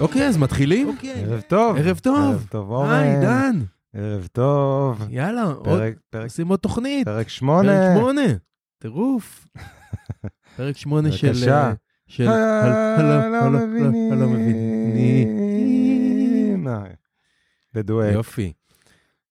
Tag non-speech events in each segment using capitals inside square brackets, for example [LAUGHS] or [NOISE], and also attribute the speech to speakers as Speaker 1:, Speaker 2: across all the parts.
Speaker 1: אוקיי, אז מתחילים? אוקיי.
Speaker 2: ערב טוב.
Speaker 1: ערב טוב.
Speaker 2: ערב טוב, אורן.
Speaker 1: היי, עידן.
Speaker 2: ערב טוב.
Speaker 1: יאללה, עוד...
Speaker 2: פרק, פרק,
Speaker 1: עושים עוד תוכנית.
Speaker 2: פרק
Speaker 1: פרק
Speaker 2: שמונה.
Speaker 1: שמונה.
Speaker 2: [LAUGHS]
Speaker 1: טירוף. פרק שמונה של...
Speaker 2: בבקשה.
Speaker 1: של...
Speaker 2: אה,
Speaker 1: הל- כן. הלא-
Speaker 2: לא
Speaker 1: הלא-
Speaker 2: מבינים.
Speaker 1: הלא מבינים.
Speaker 2: אה, בדואט.
Speaker 1: יופי.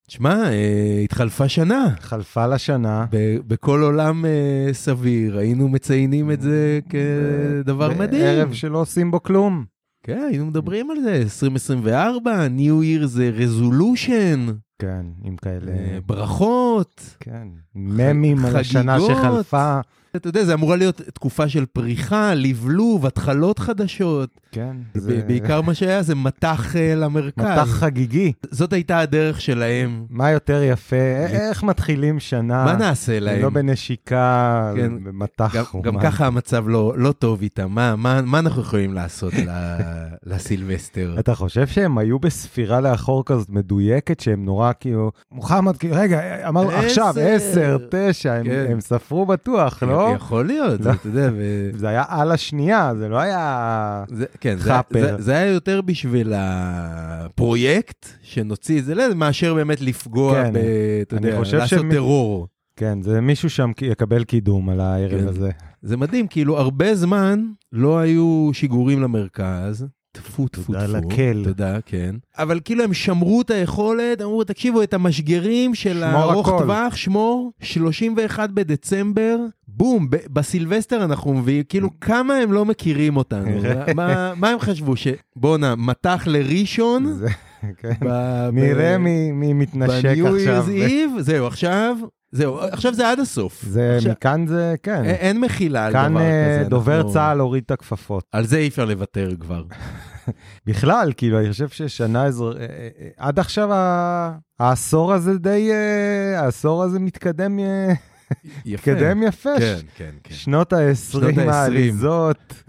Speaker 1: תשמע, אה, התחלפה שנה.
Speaker 2: חלפה לשנה.
Speaker 1: ב- בכל עולם אה, סביר, היינו מציינים את זה כדבר מדהים.
Speaker 2: ערב שלא עושים בו כלום.
Speaker 1: כן, היינו מדברים על זה, 2024, New Year זה רזולושן,
Speaker 2: כן, עם כאלה...
Speaker 1: ברכות.
Speaker 2: כן. ממים על השנה
Speaker 1: אה, חגיגות.
Speaker 2: שחלפה.
Speaker 1: אתה יודע, זה אמורה להיות תקופה של פריחה, לבלוב, התחלות חדשות.
Speaker 2: כן.
Speaker 1: זה... בעיקר מה שהיה זה מטח אה, למרכז.
Speaker 2: מתח חגיגי.
Speaker 1: זאת הייתה הדרך שלהם.
Speaker 2: מה יותר יפה? א- איך מתחילים שנה?
Speaker 1: מה נעשה להם?
Speaker 2: אה, לא בנשיקה,
Speaker 1: כן.
Speaker 2: במטח
Speaker 1: גם,
Speaker 2: חומה.
Speaker 1: גם ככה המצב לא, לא טוב איתם, מה, מה, מה אנחנו יכולים לעשות ל- לסילבסטר?
Speaker 2: אתה חושב שהם היו בספירה לאחור כזאת מדויקת, שהם נורא כאילו, מוחמד, כאילו, רגע, אמרנו
Speaker 1: עשר."
Speaker 2: עכשיו, עשר, תשע, הם-
Speaker 1: כן.
Speaker 2: הם ספרו בטוח, לא?
Speaker 1: יכול להיות,
Speaker 2: לא.
Speaker 1: אתה יודע. ו...
Speaker 2: זה היה על השנייה, זה לא היה...
Speaker 1: זה, כן, זה,
Speaker 2: חאפר.
Speaker 1: זה, זה היה יותר בשביל הפרויקט, שנוציא את זה, לזה, מאשר באמת לפגוע,
Speaker 2: כן.
Speaker 1: ב, אתה
Speaker 2: אני
Speaker 1: יודע,
Speaker 2: חושב
Speaker 1: לעשות
Speaker 2: שמ-
Speaker 1: טרור.
Speaker 2: כן, זה מישהו שם כי- יקבל קידום על הערב
Speaker 1: כן.
Speaker 2: הזה.
Speaker 1: זה מדהים, כאילו הרבה זמן לא היו שיגורים למרכז. טפו, טפו, טפו.
Speaker 2: תודה לקל.
Speaker 1: תודה, כן. אבל כאילו הם שמרו את היכולת, אמרו, תקשיבו, את המשגרים של
Speaker 2: שמור
Speaker 1: הארוך
Speaker 2: הכל."
Speaker 1: טווח, שמור, 31 בדצמבר, בום, ב- בסילבסטר אנחנו מביאים, כאילו
Speaker 2: [LAUGHS]
Speaker 1: כמה הם לא מכירים אותנו. מה- מה- מה הם חשבו, שבואנה, מטח לראשון?
Speaker 2: זה- כן.
Speaker 1: ב-
Speaker 2: נראה
Speaker 1: ב-
Speaker 2: מי מי מתנשק
Speaker 1: ב-New
Speaker 2: עכשיו.
Speaker 1: Year's Eve, זהו, עכשיו, זהו, עכשיו זה עד הסוף.
Speaker 2: זה
Speaker 1: עכשיו-
Speaker 2: מכאן זה,
Speaker 1: א-
Speaker 2: כן.
Speaker 1: אין מחילה על דבר
Speaker 2: כאן אה,
Speaker 1: כזה.
Speaker 2: דובר
Speaker 1: אנחנו-
Speaker 2: צה"ל הוריד את הכפפות.
Speaker 1: על זה אי אפשר לוותר
Speaker 2: [LAUGHS]
Speaker 1: כבר.
Speaker 2: בכלל, כאילו, אני חושב ששנה אזר... אה, אה, אה, עד עכשיו ה- העשור הזה די... אה, העשור הזה מתקדם אה,
Speaker 1: יפה.
Speaker 2: מתקדם יפה.
Speaker 1: כן,
Speaker 2: ש-
Speaker 1: כן, כן. שנות
Speaker 2: שנות ה-20
Speaker 1: ה-עשרים. [LAUGHS]
Speaker 2: העליזות.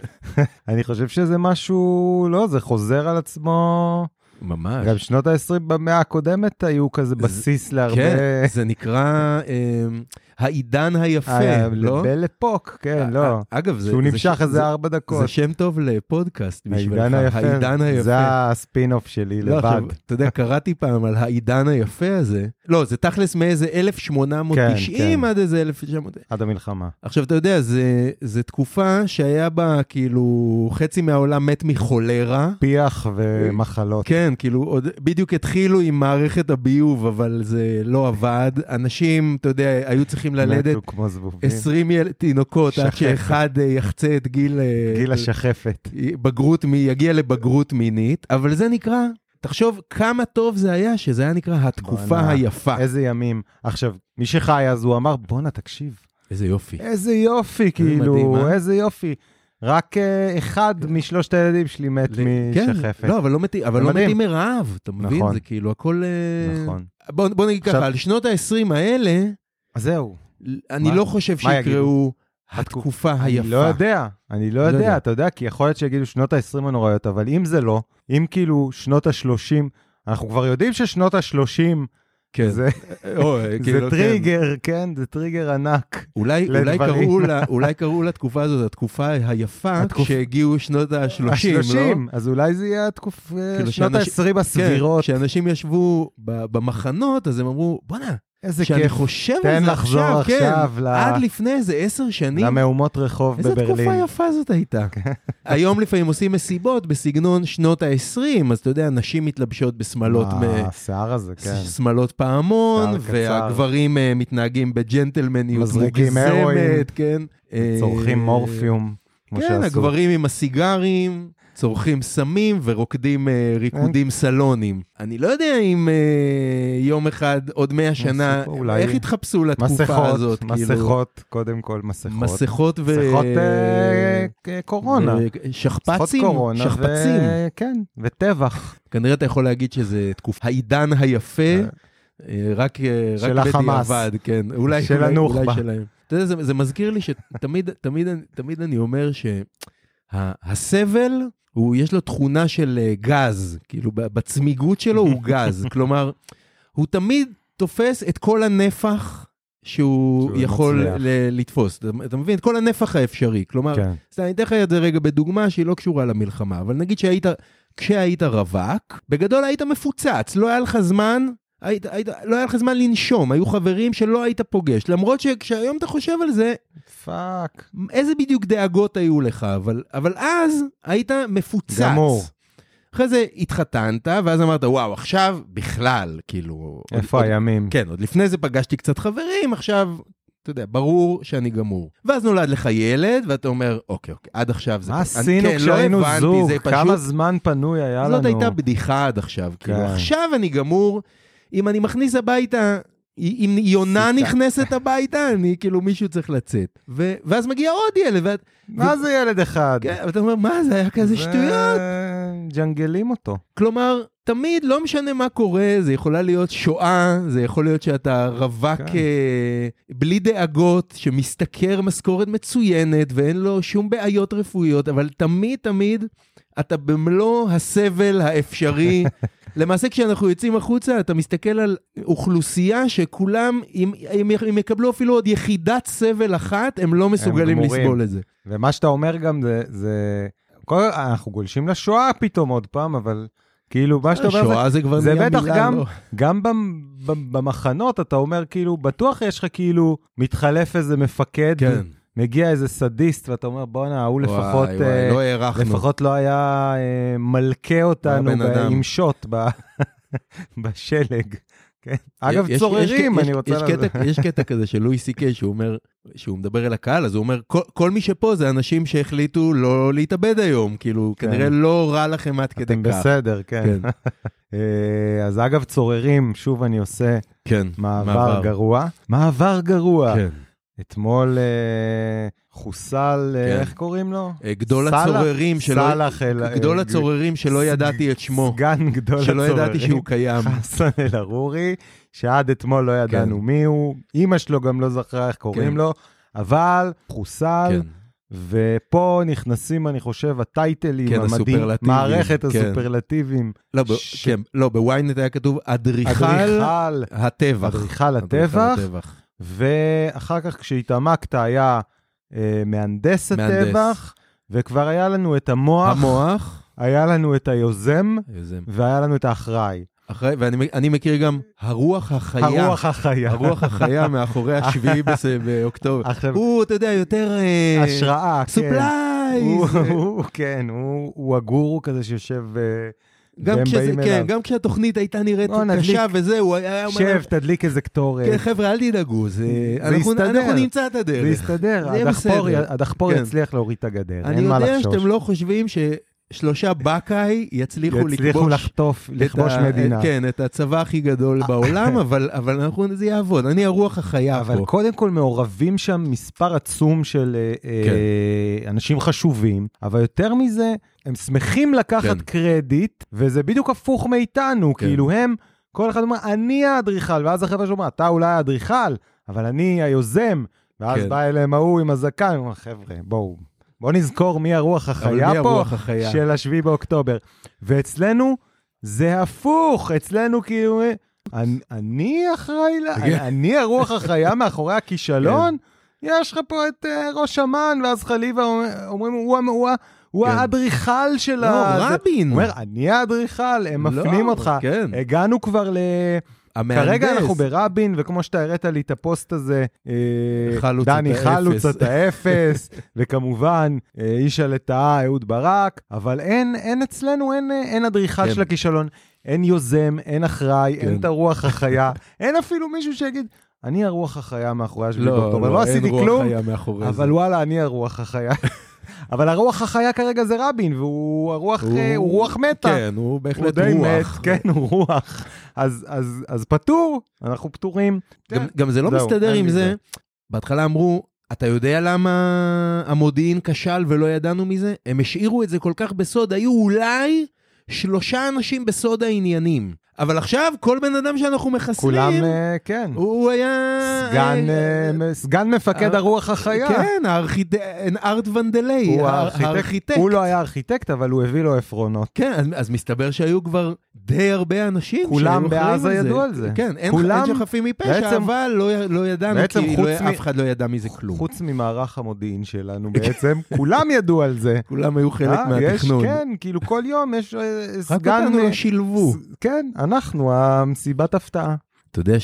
Speaker 2: אני חושב שזה משהו, לא, זה חוזר על עצמו.
Speaker 1: ממש.
Speaker 2: גם שנות ה-20 במאה הקודמת היו כזה
Speaker 1: אה, זה-
Speaker 2: בסיס להרבה...
Speaker 1: כן, זה נקרא אמ, העידן היפה,
Speaker 2: אה,
Speaker 1: לא? אה,
Speaker 2: בלפוק, כן, לא.
Speaker 1: אגב, זה...
Speaker 2: שהוא
Speaker 1: זה
Speaker 2: נמשך
Speaker 1: ש-
Speaker 2: איזה
Speaker 1: זה-
Speaker 2: ארבע
Speaker 1: זה
Speaker 2: דקות.
Speaker 1: שם טוב לפודקאסט בשבילך,
Speaker 2: העידן היפה.
Speaker 1: העידן היפה.
Speaker 2: זה הספין-אוף שלי
Speaker 1: לא,
Speaker 2: לבד.
Speaker 1: עכשיו, אתה יודע, קראתי פעם על העידן היפה הזה. לא, זה תכלס מאיזה 1890
Speaker 2: כן, כן.
Speaker 1: עד איזה 1900.
Speaker 2: עד המלחמה.
Speaker 1: עכשיו, אתה יודע, זה- זה תקופה שהיה בה, כאילו, חצי מהעולם מת מחולרה.
Speaker 2: פיח
Speaker 1: אה,
Speaker 2: ומחלות.
Speaker 1: כן, כאילו, עוד בדיוק התחילו עם מערכת הביוב, אבל זה לא עבד. אנשים, אתה יודע, היו צריכים ללדת
Speaker 2: מתו כמו זבובים.
Speaker 1: 20 יל... תינוקות, עד
Speaker 2: שחפת.
Speaker 1: שאחד אה, יחצה את גיל... אה,
Speaker 2: גיל השחפת.
Speaker 1: בגרות, מי- יגיע לבגרות מינית, אבל זה נקרא, תחשוב כמה טוב זה היה, שזה היה נקרא התקופה
Speaker 2: בואנה,
Speaker 1: היפה.
Speaker 2: איזה ימים. עכשיו, מי שחי אז הוא אמר, בואנה, תקשיב.
Speaker 1: איזה יופי.
Speaker 2: איזה יופי,
Speaker 1: מדהים,
Speaker 2: כאילו,
Speaker 1: אה?
Speaker 2: איזה יופי. רק אה, אחד משלושת הילדים שלי מת
Speaker 1: כן,
Speaker 2: משחפת.
Speaker 1: לא, אבל לא מתים, אבל
Speaker 2: זה
Speaker 1: לא
Speaker 2: מדהים.
Speaker 1: מתים מרעב, אתה מבין?
Speaker 2: נכון.
Speaker 1: זה כאילו הכל... אה,
Speaker 2: נכון.
Speaker 1: בוא, בוא נגיד
Speaker 2: עכשיו-
Speaker 1: ככה, על שנות ה-20 האלה,
Speaker 2: אז זהו.
Speaker 1: אני
Speaker 2: מה?
Speaker 1: לא חושב
Speaker 2: מה יגידו?
Speaker 1: שיקראו התקופה היפה.
Speaker 2: אני לא יודע, אני לא
Speaker 1: לא יודע.
Speaker 2: יודע, אתה יודע, כי יכול להיות שיגידו שנות ה-20 הנוראיות, אבל אם זה לא, אם כאילו שנות ה-30, אנחנו כבר יודעים ששנות ה-30
Speaker 1: כן.
Speaker 2: זה
Speaker 1: או,
Speaker 2: זה
Speaker 1: כאילו, כן.
Speaker 2: טריגר, כן, זה טריגר ענק.
Speaker 1: אולי, אולי,
Speaker 2: לדברים.
Speaker 1: קראו לה, אולי קראו לתקופה הזאת התקופה היפה,
Speaker 2: התקופ-
Speaker 1: כשהגיעו שנות ה-30, לא?
Speaker 2: ה-30, אז אולי זה יהיה התקופה,
Speaker 1: כאילו
Speaker 2: שנות
Speaker 1: שאנשים-
Speaker 2: ה-20 הסבירות.
Speaker 1: כן, כשאנשים ישבו ב- במחנות, אז הם אמרו, בואנה,
Speaker 2: איזה
Speaker 1: כשאני
Speaker 2: כיף.
Speaker 1: חושב על
Speaker 2: כן. תן
Speaker 1: זה
Speaker 2: לחזור
Speaker 1: עכשיו,
Speaker 2: עכשיו
Speaker 1: כן,
Speaker 2: ל-
Speaker 1: עד לפני איזה עשר שנים,
Speaker 2: למהומות רחוב
Speaker 1: איזה תקופה
Speaker 2: בברלין. כן.
Speaker 1: יפה זאת הייתה. [LAUGHS] היום לפעמים עושים מסיבות בסגנון שנות ה-20, אז אתה יודע, נשים מתלבשות בשמלות מ-
Speaker 2: השיער הזה, כן.
Speaker 1: שמלות פעמון,
Speaker 2: שיער קצר.
Speaker 1: והגברים אה, מתנהגים בג'נטלמניות
Speaker 2: מזריקים הרואין.
Speaker 1: כן. אה,
Speaker 2: צורכים מורפיום, כמו
Speaker 1: כן,
Speaker 2: שעשו.
Speaker 1: הגברים עם הסיגרים, צורכים סמים ורוקדים אה,
Speaker 2: כן.
Speaker 1: ריקודים סלונים. אני לא יודע אם אה, יום אחד, עוד 100 שנה,
Speaker 2: מסוכו, אולי-
Speaker 1: איך יתחפשו לתקופה הזאת.
Speaker 2: מסכות,
Speaker 1: כאילו?
Speaker 2: מסכות, קודם כל מסכות.
Speaker 1: מסכות ו...
Speaker 2: מסכות אה, ק- קורונה.
Speaker 1: ו-
Speaker 2: מסכות
Speaker 1: שכפ"צים,
Speaker 2: קורונה
Speaker 1: שכפ"צים.
Speaker 2: ו- כן, וטבח
Speaker 1: כנראה אתה יכול להגיד שזה תקופה, העידן היפה, אה, רק, אה, רק
Speaker 2: של החמאס.
Speaker 1: בדיעבד, כן, אולי
Speaker 2: של
Speaker 1: אולי-
Speaker 2: הנוח'בה.
Speaker 1: אולי שלהם. אתה יודע, זה, זה מזכיר לי שתמיד [LAUGHS] תמיד, אני- תמיד אני אומר שהסבל, הוא, יש לו תכונה של אה, גז, כאילו ב- בצמיגות שלו
Speaker 2: [LAUGHS]
Speaker 1: הוא גז, כלומר, הוא תמיד תופס את כל הנפח. שהוא
Speaker 2: שהוא
Speaker 1: יכול
Speaker 2: מצליח.
Speaker 1: ל- לתפוס, אתה, אתה מבין? את כל הנפח האפשרי. כלומר,
Speaker 2: כן.
Speaker 1: סתם, אני אתן לך את זה רגע בדוגמה שהיא לא קשורה למלחמה, אבל נגיד שהיית, כשהיית רווק, בגדול היית מפוצץ, לא היה לך זמן, היית, היית, לא היה לך זמן לנשום, היו חברים שלא היית פוגש, למרות שכשהיום אתה חושב על זה,
Speaker 2: פאק.
Speaker 1: איזה בדיוק דאגות היו לך, אבל, אבל אז היית מפוצץ.
Speaker 2: גמור.
Speaker 1: אחרי זה התחתנת, ואז אמרת, וואו, עכשיו בכלל, כאילו...
Speaker 2: איפה
Speaker 1: עוד-
Speaker 2: הימים?
Speaker 1: כן, עוד לפני זה פגשתי קצת חברים, עכשיו, אתה יודע, ברור שאני גמור. ואז נולד לך ילד, ואתה אומר, אוקיי, אוקיי, עד עכשיו זה...
Speaker 2: מה
Speaker 1: אני-
Speaker 2: עשינו
Speaker 1: כן,
Speaker 2: כשהיינו
Speaker 1: לא הבנתי,
Speaker 2: זוג?
Speaker 1: זה פשוט...
Speaker 2: כמה זמן פנוי היה לנו? כן.
Speaker 1: זאת הייתה בדיחה עד עכשיו. כאילו, עכשיו אני גמור, אם אני מכניס הביתה... אם יונה
Speaker 2: סיכה.
Speaker 1: נכנסת הביתה, אני כאילו מישהו צריך לצאת. ו- ואז מגיע עוד ילד, ואת-
Speaker 2: מה זה ילד אחד?
Speaker 1: כן, ואתה אומר, מה זה היה כזה שטויות?
Speaker 2: ג'נגלים אותו.
Speaker 1: כלומר, תמיד, לא משנה מה קורה, זה יכולה להיות שואה, זה יכול להיות שאתה רווק
Speaker 2: כן.
Speaker 1: כן. בלי דאגות, שמשתכר משכורת מצוינת ואין לו שום בעיות רפואיות, אבל תמיד תמיד אתה במלוא הסבל
Speaker 2: [LAUGHS]
Speaker 1: האפשרי. למעשה, כשאנחנו יוצאים החוצה, אתה מסתכל על אוכלוסייה שכולם, אם, אם, אם יקבלו אפילו עוד יחידת סבל אחת, הם לא מסוגלים הם
Speaker 2: גמורים.
Speaker 1: לסבול את זה.
Speaker 2: ומה שאתה אומר גם זה, זה... כל... אנחנו גולשים לשואה פתאום עוד פעם, אבל כאילו מה שאתה אומר זה...
Speaker 1: שואה זה כבר
Speaker 2: זה
Speaker 1: נהיה
Speaker 2: בטח
Speaker 1: מילה,
Speaker 2: גם,
Speaker 1: לא.
Speaker 2: גם במ, במ- במחנות אתה אומר כאילו, בטוח יש לך כאילו, מתחלף איזה מפקד,
Speaker 1: כן.
Speaker 2: מגיע איזה סדיסט, ואתה אומר בואנה, ההוא לפחות,
Speaker 1: וואי,
Speaker 2: אה,
Speaker 1: וואי, לא הארכנו.
Speaker 2: לפחות לא היה אה, מלכה אותנו
Speaker 1: היה בן
Speaker 2: ב-
Speaker 1: אדם.
Speaker 2: עם שוט ב- [LAUGHS] בשלג. כן. אגב,
Speaker 1: יש- יש-
Speaker 2: צוררים,
Speaker 1: יש-
Speaker 2: אני
Speaker 1: יש-
Speaker 2: רוצה...
Speaker 1: יש
Speaker 2: לדעת.
Speaker 1: קטע- יש קטע כזה של לואי סי קיי, שהוא אומר, שהוא מדבר אל הקהל, אז הוא אומר, "כל- כל מי שפה זה אנשים שהחליטו לא להתאבד היום, כאילו,
Speaker 2: כן.
Speaker 1: כנראה לא רע לכם עד כדי
Speaker 2: אתם
Speaker 1: כך.
Speaker 2: בסדר, כן.
Speaker 1: כן,
Speaker 2: אה, אז אגב, צוררים, שוב אני עושה
Speaker 1: כן.
Speaker 2: [LAUGHS] מעבר גרוע. מעבר גרוע.
Speaker 1: כן.
Speaker 2: אתמול אה, חוסל, אה,
Speaker 1: כן.
Speaker 2: איך קוראים לו?
Speaker 1: אה, גדול
Speaker 2: סאלח?
Speaker 1: הצוררים שלא...
Speaker 2: סאלח אל...
Speaker 1: גדול
Speaker 2: אה,
Speaker 1: הצוררים שלא
Speaker 2: סג-
Speaker 1: ידעתי את שמו,
Speaker 2: סגן גדול
Speaker 1: שלא
Speaker 2: הצוררים.
Speaker 1: ידעתי שהוא קיים.
Speaker 2: [LAUGHS] חסן אל-ערורי, שעד אתמול לא ידענו
Speaker 1: כן.
Speaker 2: מי הוא, אימא שלו גם לא זכרה איך קוראים
Speaker 1: כן.
Speaker 2: לו, אבל חוסל,
Speaker 1: כן.
Speaker 2: ופה נכנסים, אני חושב, הטייטלים
Speaker 1: כן,
Speaker 2: המדהים,
Speaker 1: הסופרלטיבים,
Speaker 2: מערכת
Speaker 1: כן.
Speaker 2: הסופרלטיבים,
Speaker 1: לא, ב-
Speaker 2: ש-
Speaker 1: כן, לא, בוויינט היה כתוב אדריכל
Speaker 2: אדריכל,
Speaker 1: הטבח.
Speaker 2: אדריכל
Speaker 1: אדריכל
Speaker 2: הטבח, ואחר כך כשהתעמקת היה אה, מהנדס
Speaker 1: מהנדס.
Speaker 2: הטבח, וכבר היה לנו את המוח,
Speaker 1: המוח.
Speaker 2: היה לנו את היוזם,
Speaker 1: יוזם.
Speaker 2: והיה לנו את האחראי.
Speaker 1: אחרי- ואני אני מכיר גם הרוח החיה.
Speaker 2: הרוח החיה.
Speaker 1: הרוח החיה מאחורי השביעי בס- באוקטובר.
Speaker 2: [LAUGHS] עכשיו-
Speaker 1: הוא, אתה יודע, יותר... אה,
Speaker 2: השראה, כן. הוא-
Speaker 1: סופלייז!
Speaker 2: הוא, כן, הוא הוא הגורו כזה שיושב... אה,
Speaker 1: גם
Speaker 2: והם
Speaker 1: כשזה-
Speaker 2: באים
Speaker 1: כן,
Speaker 2: אליו.
Speaker 1: גם כשהתוכנית הייתה נראית
Speaker 2: בוא נדליק.
Speaker 1: קשה וזה, הוא היה אומר...
Speaker 2: שב,
Speaker 1: להם,
Speaker 2: תדליק איזה קטורת.
Speaker 1: כן, חבר'ה, אל תדאגו, זה...
Speaker 2: זה
Speaker 1: אנחנו-
Speaker 2: יסתדר.
Speaker 1: אנחנו נמצא את
Speaker 2: זה
Speaker 1: הדרך.
Speaker 2: יסתדר,
Speaker 1: זה יהיה
Speaker 2: הדחפור
Speaker 1: בסדר.
Speaker 2: י- הדחפור
Speaker 1: כן.
Speaker 2: יצליח להוריד את הגדר,
Speaker 1: אני
Speaker 2: אין מה
Speaker 1: יודע
Speaker 2: לחשוש.
Speaker 1: שאתם לא חושבים ששלושה בקאי יצליחו
Speaker 2: יצליחו
Speaker 1: לכבוש...
Speaker 2: לחטוף,
Speaker 1: את
Speaker 2: לכבוש
Speaker 1: ה-
Speaker 2: מדינה. אה,
Speaker 1: כן, את הצבא הכי גדול
Speaker 2: [LAUGHS]
Speaker 1: בעולם, אבל אבל אנחנו, זה יעבוד. אני הרוח החיה
Speaker 2: אבל
Speaker 1: פה.
Speaker 2: קודם כל מעורבים שם מספר עצום של אה,
Speaker 1: כן.
Speaker 2: אה, אנשים חשובים, אבל יותר מזה, הם שמחים לקחת
Speaker 1: כן.
Speaker 2: קרדיט, וזה בדיוק הפוך מאיתנו,
Speaker 1: כן.
Speaker 2: כאילו הם, כל אחד אומר, אני האדריכל, ואז החבר'ה שאומרים, אתה אולי האדריכל, אבל אני היוזם, ואז
Speaker 1: כן.
Speaker 2: בא אליהם ההוא עם הזקן, הוא אומר, חבר'ה, בואו. בואו נזכור מי הרוח
Speaker 1: אבל מי
Speaker 2: החיה פה
Speaker 1: הרוח החיה?
Speaker 2: של השביעי באוקטובר. ואצלנו זה הפוך, אצלנו כאילו, אה, אני- אני אחראי, לה-
Speaker 1: כן.
Speaker 2: אני הרוח החיה מאחורי הכישלון? יש לך פה את אה, ראש אמ"ן, ואז חליבה אומר- אומרים, הוא המ- הוא ה- הוא
Speaker 1: כן.
Speaker 2: האדריכל של
Speaker 1: לא,
Speaker 2: ה... זה."
Speaker 1: רבין.
Speaker 2: הוא אומר, אני האדריכל, הם
Speaker 1: לא,
Speaker 2: מפנים אותך.
Speaker 1: כן.
Speaker 2: הגענו כבר ל...
Speaker 1: המהנדס.
Speaker 2: כרגע אנחנו ברבין, וכמו שאתה הראת לי את הפוסט הזה, אה,
Speaker 1: חלוץ
Speaker 2: דני
Speaker 1: את האפס.
Speaker 2: חלוץ
Speaker 1: [LAUGHS]
Speaker 2: את האפס, וכמובן אה, איש הלטאה אהוד ברק, אבל אין, אין אצלנו, אין, אה, אין אדריכל
Speaker 1: כן.
Speaker 2: של הכישלון, אין יוזם, אין אחראי,
Speaker 1: כן.
Speaker 2: אין את
Speaker 1: [LAUGHS]
Speaker 2: הרוח החיה, אין אפילו מישהו שיגיד, אני הרוח החיה מאחורי השביעי
Speaker 1: לא,
Speaker 2: באוקטובר, לא עשיתי
Speaker 1: אין רוח
Speaker 2: כלום,
Speaker 1: חיה מאחורי זה.
Speaker 2: אבל וואלה, אני הרוח החיה. [LAUGHS] אבל הרוח החיה כרגע זה רבין, והוא הרוח, הוא, הוא רוח מתה.
Speaker 1: כן, הוא בהחלט
Speaker 2: הוא די מת,
Speaker 1: רוח.
Speaker 2: כן, הוא רוח. אז, אז, אז פטור, אנחנו פטורים.
Speaker 1: גם, גם זה לא
Speaker 2: זהו,
Speaker 1: מסתדר
Speaker 2: אין
Speaker 1: עם
Speaker 2: לי
Speaker 1: זה.
Speaker 2: זה.
Speaker 1: בהתחלה אמרו, אתה יודע למה המודיעין כשל ולא ידענו מזה? הם השאירו את זה כל כך בסוד, היו אולי שלושה אנשים בסוד העניינים. אבל עכשיו, כל בן אדם שאנחנו מחסלים,
Speaker 2: כולם, אה, כן.
Speaker 1: הוא היה...
Speaker 2: סגן,
Speaker 1: אה,
Speaker 2: אה, סגן מפקד
Speaker 1: אה,
Speaker 2: הרוח החיה.
Speaker 1: כן, אה, הארכיטקט, ונדלי,
Speaker 2: הוא
Speaker 1: הארכיטקט.
Speaker 2: הארכיטקט. הוא לא היה ארכיטקט, אבל הוא הביא לו עפרונות.
Speaker 1: כן, אז, אז מסתבר שהיו כבר די הרבה אנשים
Speaker 2: כולם
Speaker 1: שהיו אחראים
Speaker 2: בעזה
Speaker 1: על זה.
Speaker 2: ידעו על זה.
Speaker 1: כן, אין,
Speaker 2: כולם-
Speaker 1: אין שחפים מפשע,
Speaker 2: בעצם-
Speaker 1: אבל לא, י- לא ידענו,
Speaker 2: בעצם
Speaker 1: כי
Speaker 2: חוץ
Speaker 1: לא,
Speaker 2: מ-
Speaker 1: אף אחד לא ידע מזה כלום.
Speaker 2: חוץ ממערך המודיעין שלנו בעצם, כולם ידעו על זה.
Speaker 1: כולם היו [LAUGHS] חלק
Speaker 2: אה, יש,
Speaker 1: מהתכנון.
Speaker 2: כן, כאילו כל יום יש אה,
Speaker 1: רק
Speaker 2: סגן...
Speaker 1: אותנו
Speaker 2: אה,
Speaker 1: לא שילבו.
Speaker 2: ס- כן, אנחנו, המסיבת הפתעה.
Speaker 1: אתה יודע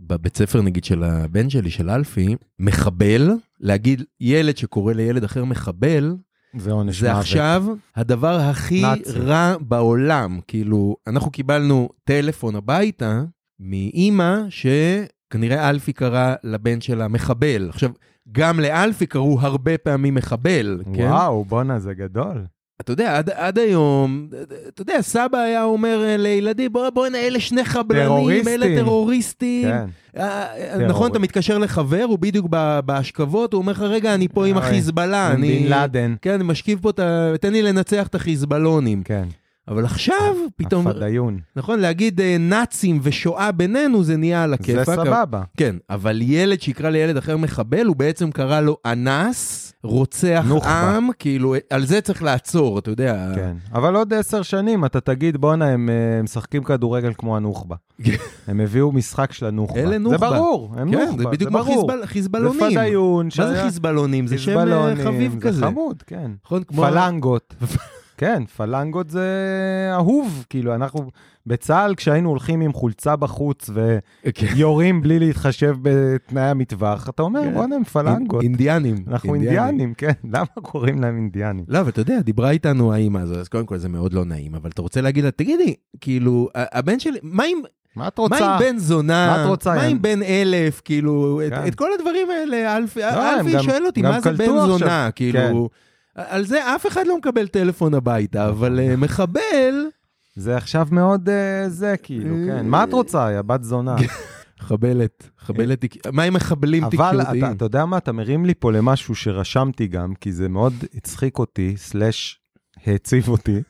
Speaker 1: שבבית ספר, נגיד, של הבן שלי, של אלפי, מחבל, להגיד ילד שקורא לילד אחר מחבל,
Speaker 2: זה עונש
Speaker 1: זה עכשיו הדבר הכי
Speaker 2: נאצי.
Speaker 1: רע בעולם. כאילו, אנחנו קיבלנו טלפון הביתה מאימא שכנראה אלפי קרא לבן שלה מחבל. עכשיו, גם לאלפי קראו הרבה פעמים מחבל, כן?
Speaker 2: וואו, בואנה, זה גדול.
Speaker 1: אתה יודע, עד, עד היום, אתה יודע, סבא היה אומר אה, לילדים, בוא, בוא'נה, אלה שני חבלנים,
Speaker 2: טרוריסטים."
Speaker 1: אלה טרוריסטים.
Speaker 2: כן.
Speaker 1: אה,
Speaker 2: טרוריסט.
Speaker 1: נכון, אתה מתקשר לחבר, הוא בדיוק ב- בהשכבות, הוא אומר לך, רגע, אני פה עם
Speaker 2: אוי,
Speaker 1: החיזבאללה,
Speaker 2: אה, עם
Speaker 1: אני...
Speaker 2: בן לאדן.
Speaker 1: כן, אני משכיב פה את ה... תן לי לנצח את החיזבאלונים.
Speaker 2: כן.
Speaker 1: אבל עכשיו,
Speaker 2: אה,
Speaker 1: פתאום,
Speaker 2: הפדיון.
Speaker 1: נכון, להגיד אה, נאצים ושואה בינינו, זה נהיה על הכיפאק.
Speaker 2: זה סבבה.
Speaker 1: כן, אבל ילד שיקרא לילד אחר מחבל, הוא בעצם קרא לו אנס, רוצח
Speaker 2: נוח'בה.
Speaker 1: עם, כאילו, על זה צריך לעצור, אתה יודע.
Speaker 2: כן. אבל עוד עשר שנים אתה תגיד, בואנה, הם אה, משחקים כדורגל כמו הנוח'בה. הם הביאו משחק של הנוח'בה.
Speaker 1: כן. אלה
Speaker 2: זה
Speaker 1: נוח'בה.
Speaker 2: ברור, הם
Speaker 1: כן,
Speaker 2: נוח'בה,
Speaker 1: זה בדיוק כמו
Speaker 2: ברור.
Speaker 1: חיזבל- חיזבאלונים.
Speaker 2: זה פדיון.
Speaker 1: מה זה
Speaker 2: שהיה-
Speaker 1: חיזבאלונים? זה שם אה,
Speaker 2: חיזבאלונים,
Speaker 1: חביב כזה.
Speaker 2: זה חמוד, כן.
Speaker 1: נכון, כמו...
Speaker 2: פלנגות.
Speaker 1: [LAUGHS]
Speaker 2: כן, פלנגות זה אהוב, כאילו, אנחנו בצה"ל, כשהיינו הולכים עם חולצה בחוץ
Speaker 1: כן.
Speaker 2: ויורים בלי להתחשב בתנאי המטווח, אתה אומר,
Speaker 1: כן.
Speaker 2: בוא'נה, הם פלנגות.
Speaker 1: אינדיאנים.
Speaker 2: אנחנו אינדיאנים, כן, למה קוראים להם אינדיאנים?
Speaker 1: לא, אבל אתה יודע, דיברה איתנו האימא הזו, אז קודם כל זה מאוד לא נעים, אבל אתה רוצה להגיד לה, תגידי, כאילו, ה- הבן שלי, מה עם,
Speaker 2: מה את
Speaker 1: מה
Speaker 2: רוצה?
Speaker 1: עם בן זונה?
Speaker 2: מה את רוצה,
Speaker 1: מה עם
Speaker 2: יעני?
Speaker 1: בן אלף? כאילו, את-
Speaker 2: כן. לא,
Speaker 1: את כל הדברים האלה, אלפי-
Speaker 2: הם
Speaker 1: אלפי
Speaker 2: גם-
Speaker 1: שואל אותי,
Speaker 2: גם
Speaker 1: מה זה בן
Speaker 2: קלטו עכשיו. כן.
Speaker 1: זונה? כאילו, על זה אף אחד לא מקבל טלפון הביתה,
Speaker 2: נכון.
Speaker 1: אבל אה, מחבל,
Speaker 2: זה עכשיו מאוד אה, זה, כאילו,
Speaker 1: אה.
Speaker 2: כן. מה את רוצה, יא בת זונה?
Speaker 1: [LAUGHS] חבלת, חבלת, תק- מה עם מחבלים
Speaker 2: אה, אבל
Speaker 1: תקשורתיים?
Speaker 2: אתה, אתה יודע מה, אתה מרים לי פה למשהו שרשמתי גם, כי זה מאוד הצחיק אותי, סלאש העציב אותי,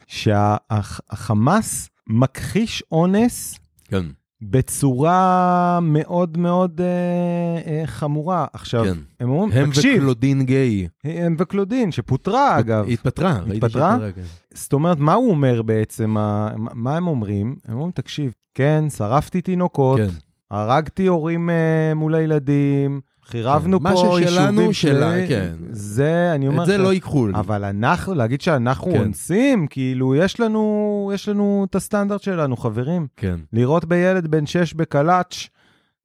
Speaker 2: שהחמאס מכחיש אונס
Speaker 1: כן,
Speaker 2: בצורה מאוד מאוד אה, אה, חמורה. עכשיו,
Speaker 1: כן.
Speaker 2: הם אומרים,
Speaker 1: הם
Speaker 2: תקשיב,
Speaker 1: וקלודין גיי.
Speaker 2: הם וקלודין, שפוטרה אגב.
Speaker 1: היא התפטרה. ראיתי שהיא
Speaker 2: התפטרה?
Speaker 1: כן.
Speaker 2: זאת אומרת, מה הוא אומר בעצם, ה- מה- מה הם אומרים? הם אומרים, תקשיב, כן, שרפתי תינוקות,
Speaker 1: כן.
Speaker 2: הרגתי הורים אה, מול הילדים, חירבנו
Speaker 1: כן.
Speaker 2: פה
Speaker 1: מה
Speaker 2: יישובים.
Speaker 1: ששלנו, שלה,
Speaker 2: שלי.
Speaker 1: כן.
Speaker 2: זה, אני אומר
Speaker 1: את זה
Speaker 2: לך,
Speaker 1: לא ייקחו לי.
Speaker 2: אבל אנחנו, להגיד שאנחנו
Speaker 1: כן.
Speaker 2: אונסים, כאילו, יש לנו, יש לנו את הסטנדרט שלנו, חברים.
Speaker 1: כן.
Speaker 2: לראות בילד בן שש בקלאץ',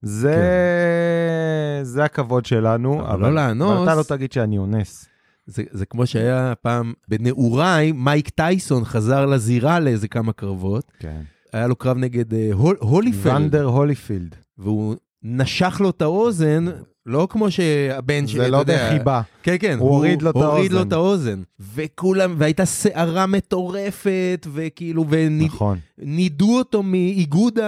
Speaker 2: זה, זה הכבוד שלנו.
Speaker 1: כן. אבל לא לאנוס.
Speaker 2: אבל אתה לא תגיד שאני אונס.
Speaker 1: זה, זה כמו שהיה פעם, בנעוריי, מייק טייסון חזר לזירה לאיזה כמה קרבות.
Speaker 2: כן.
Speaker 1: היה לו קרב נגד אה, הול, הוליפלד,
Speaker 2: ונדר הוליפילד.
Speaker 1: כן, והוא נשך לו את האוזן, לא כמו שהבן שלי,
Speaker 2: זה
Speaker 1: אתה
Speaker 2: לא
Speaker 1: יודע,
Speaker 2: בחיבה.
Speaker 1: כן, כן,
Speaker 2: הוא הוריד לו את
Speaker 1: הוריד לו
Speaker 2: האוזן.
Speaker 1: את האוזן. וכולם, והייתה סערה מטורפת, וכאילו, ונידו
Speaker 2: נכון.
Speaker 1: אותו מאיגוד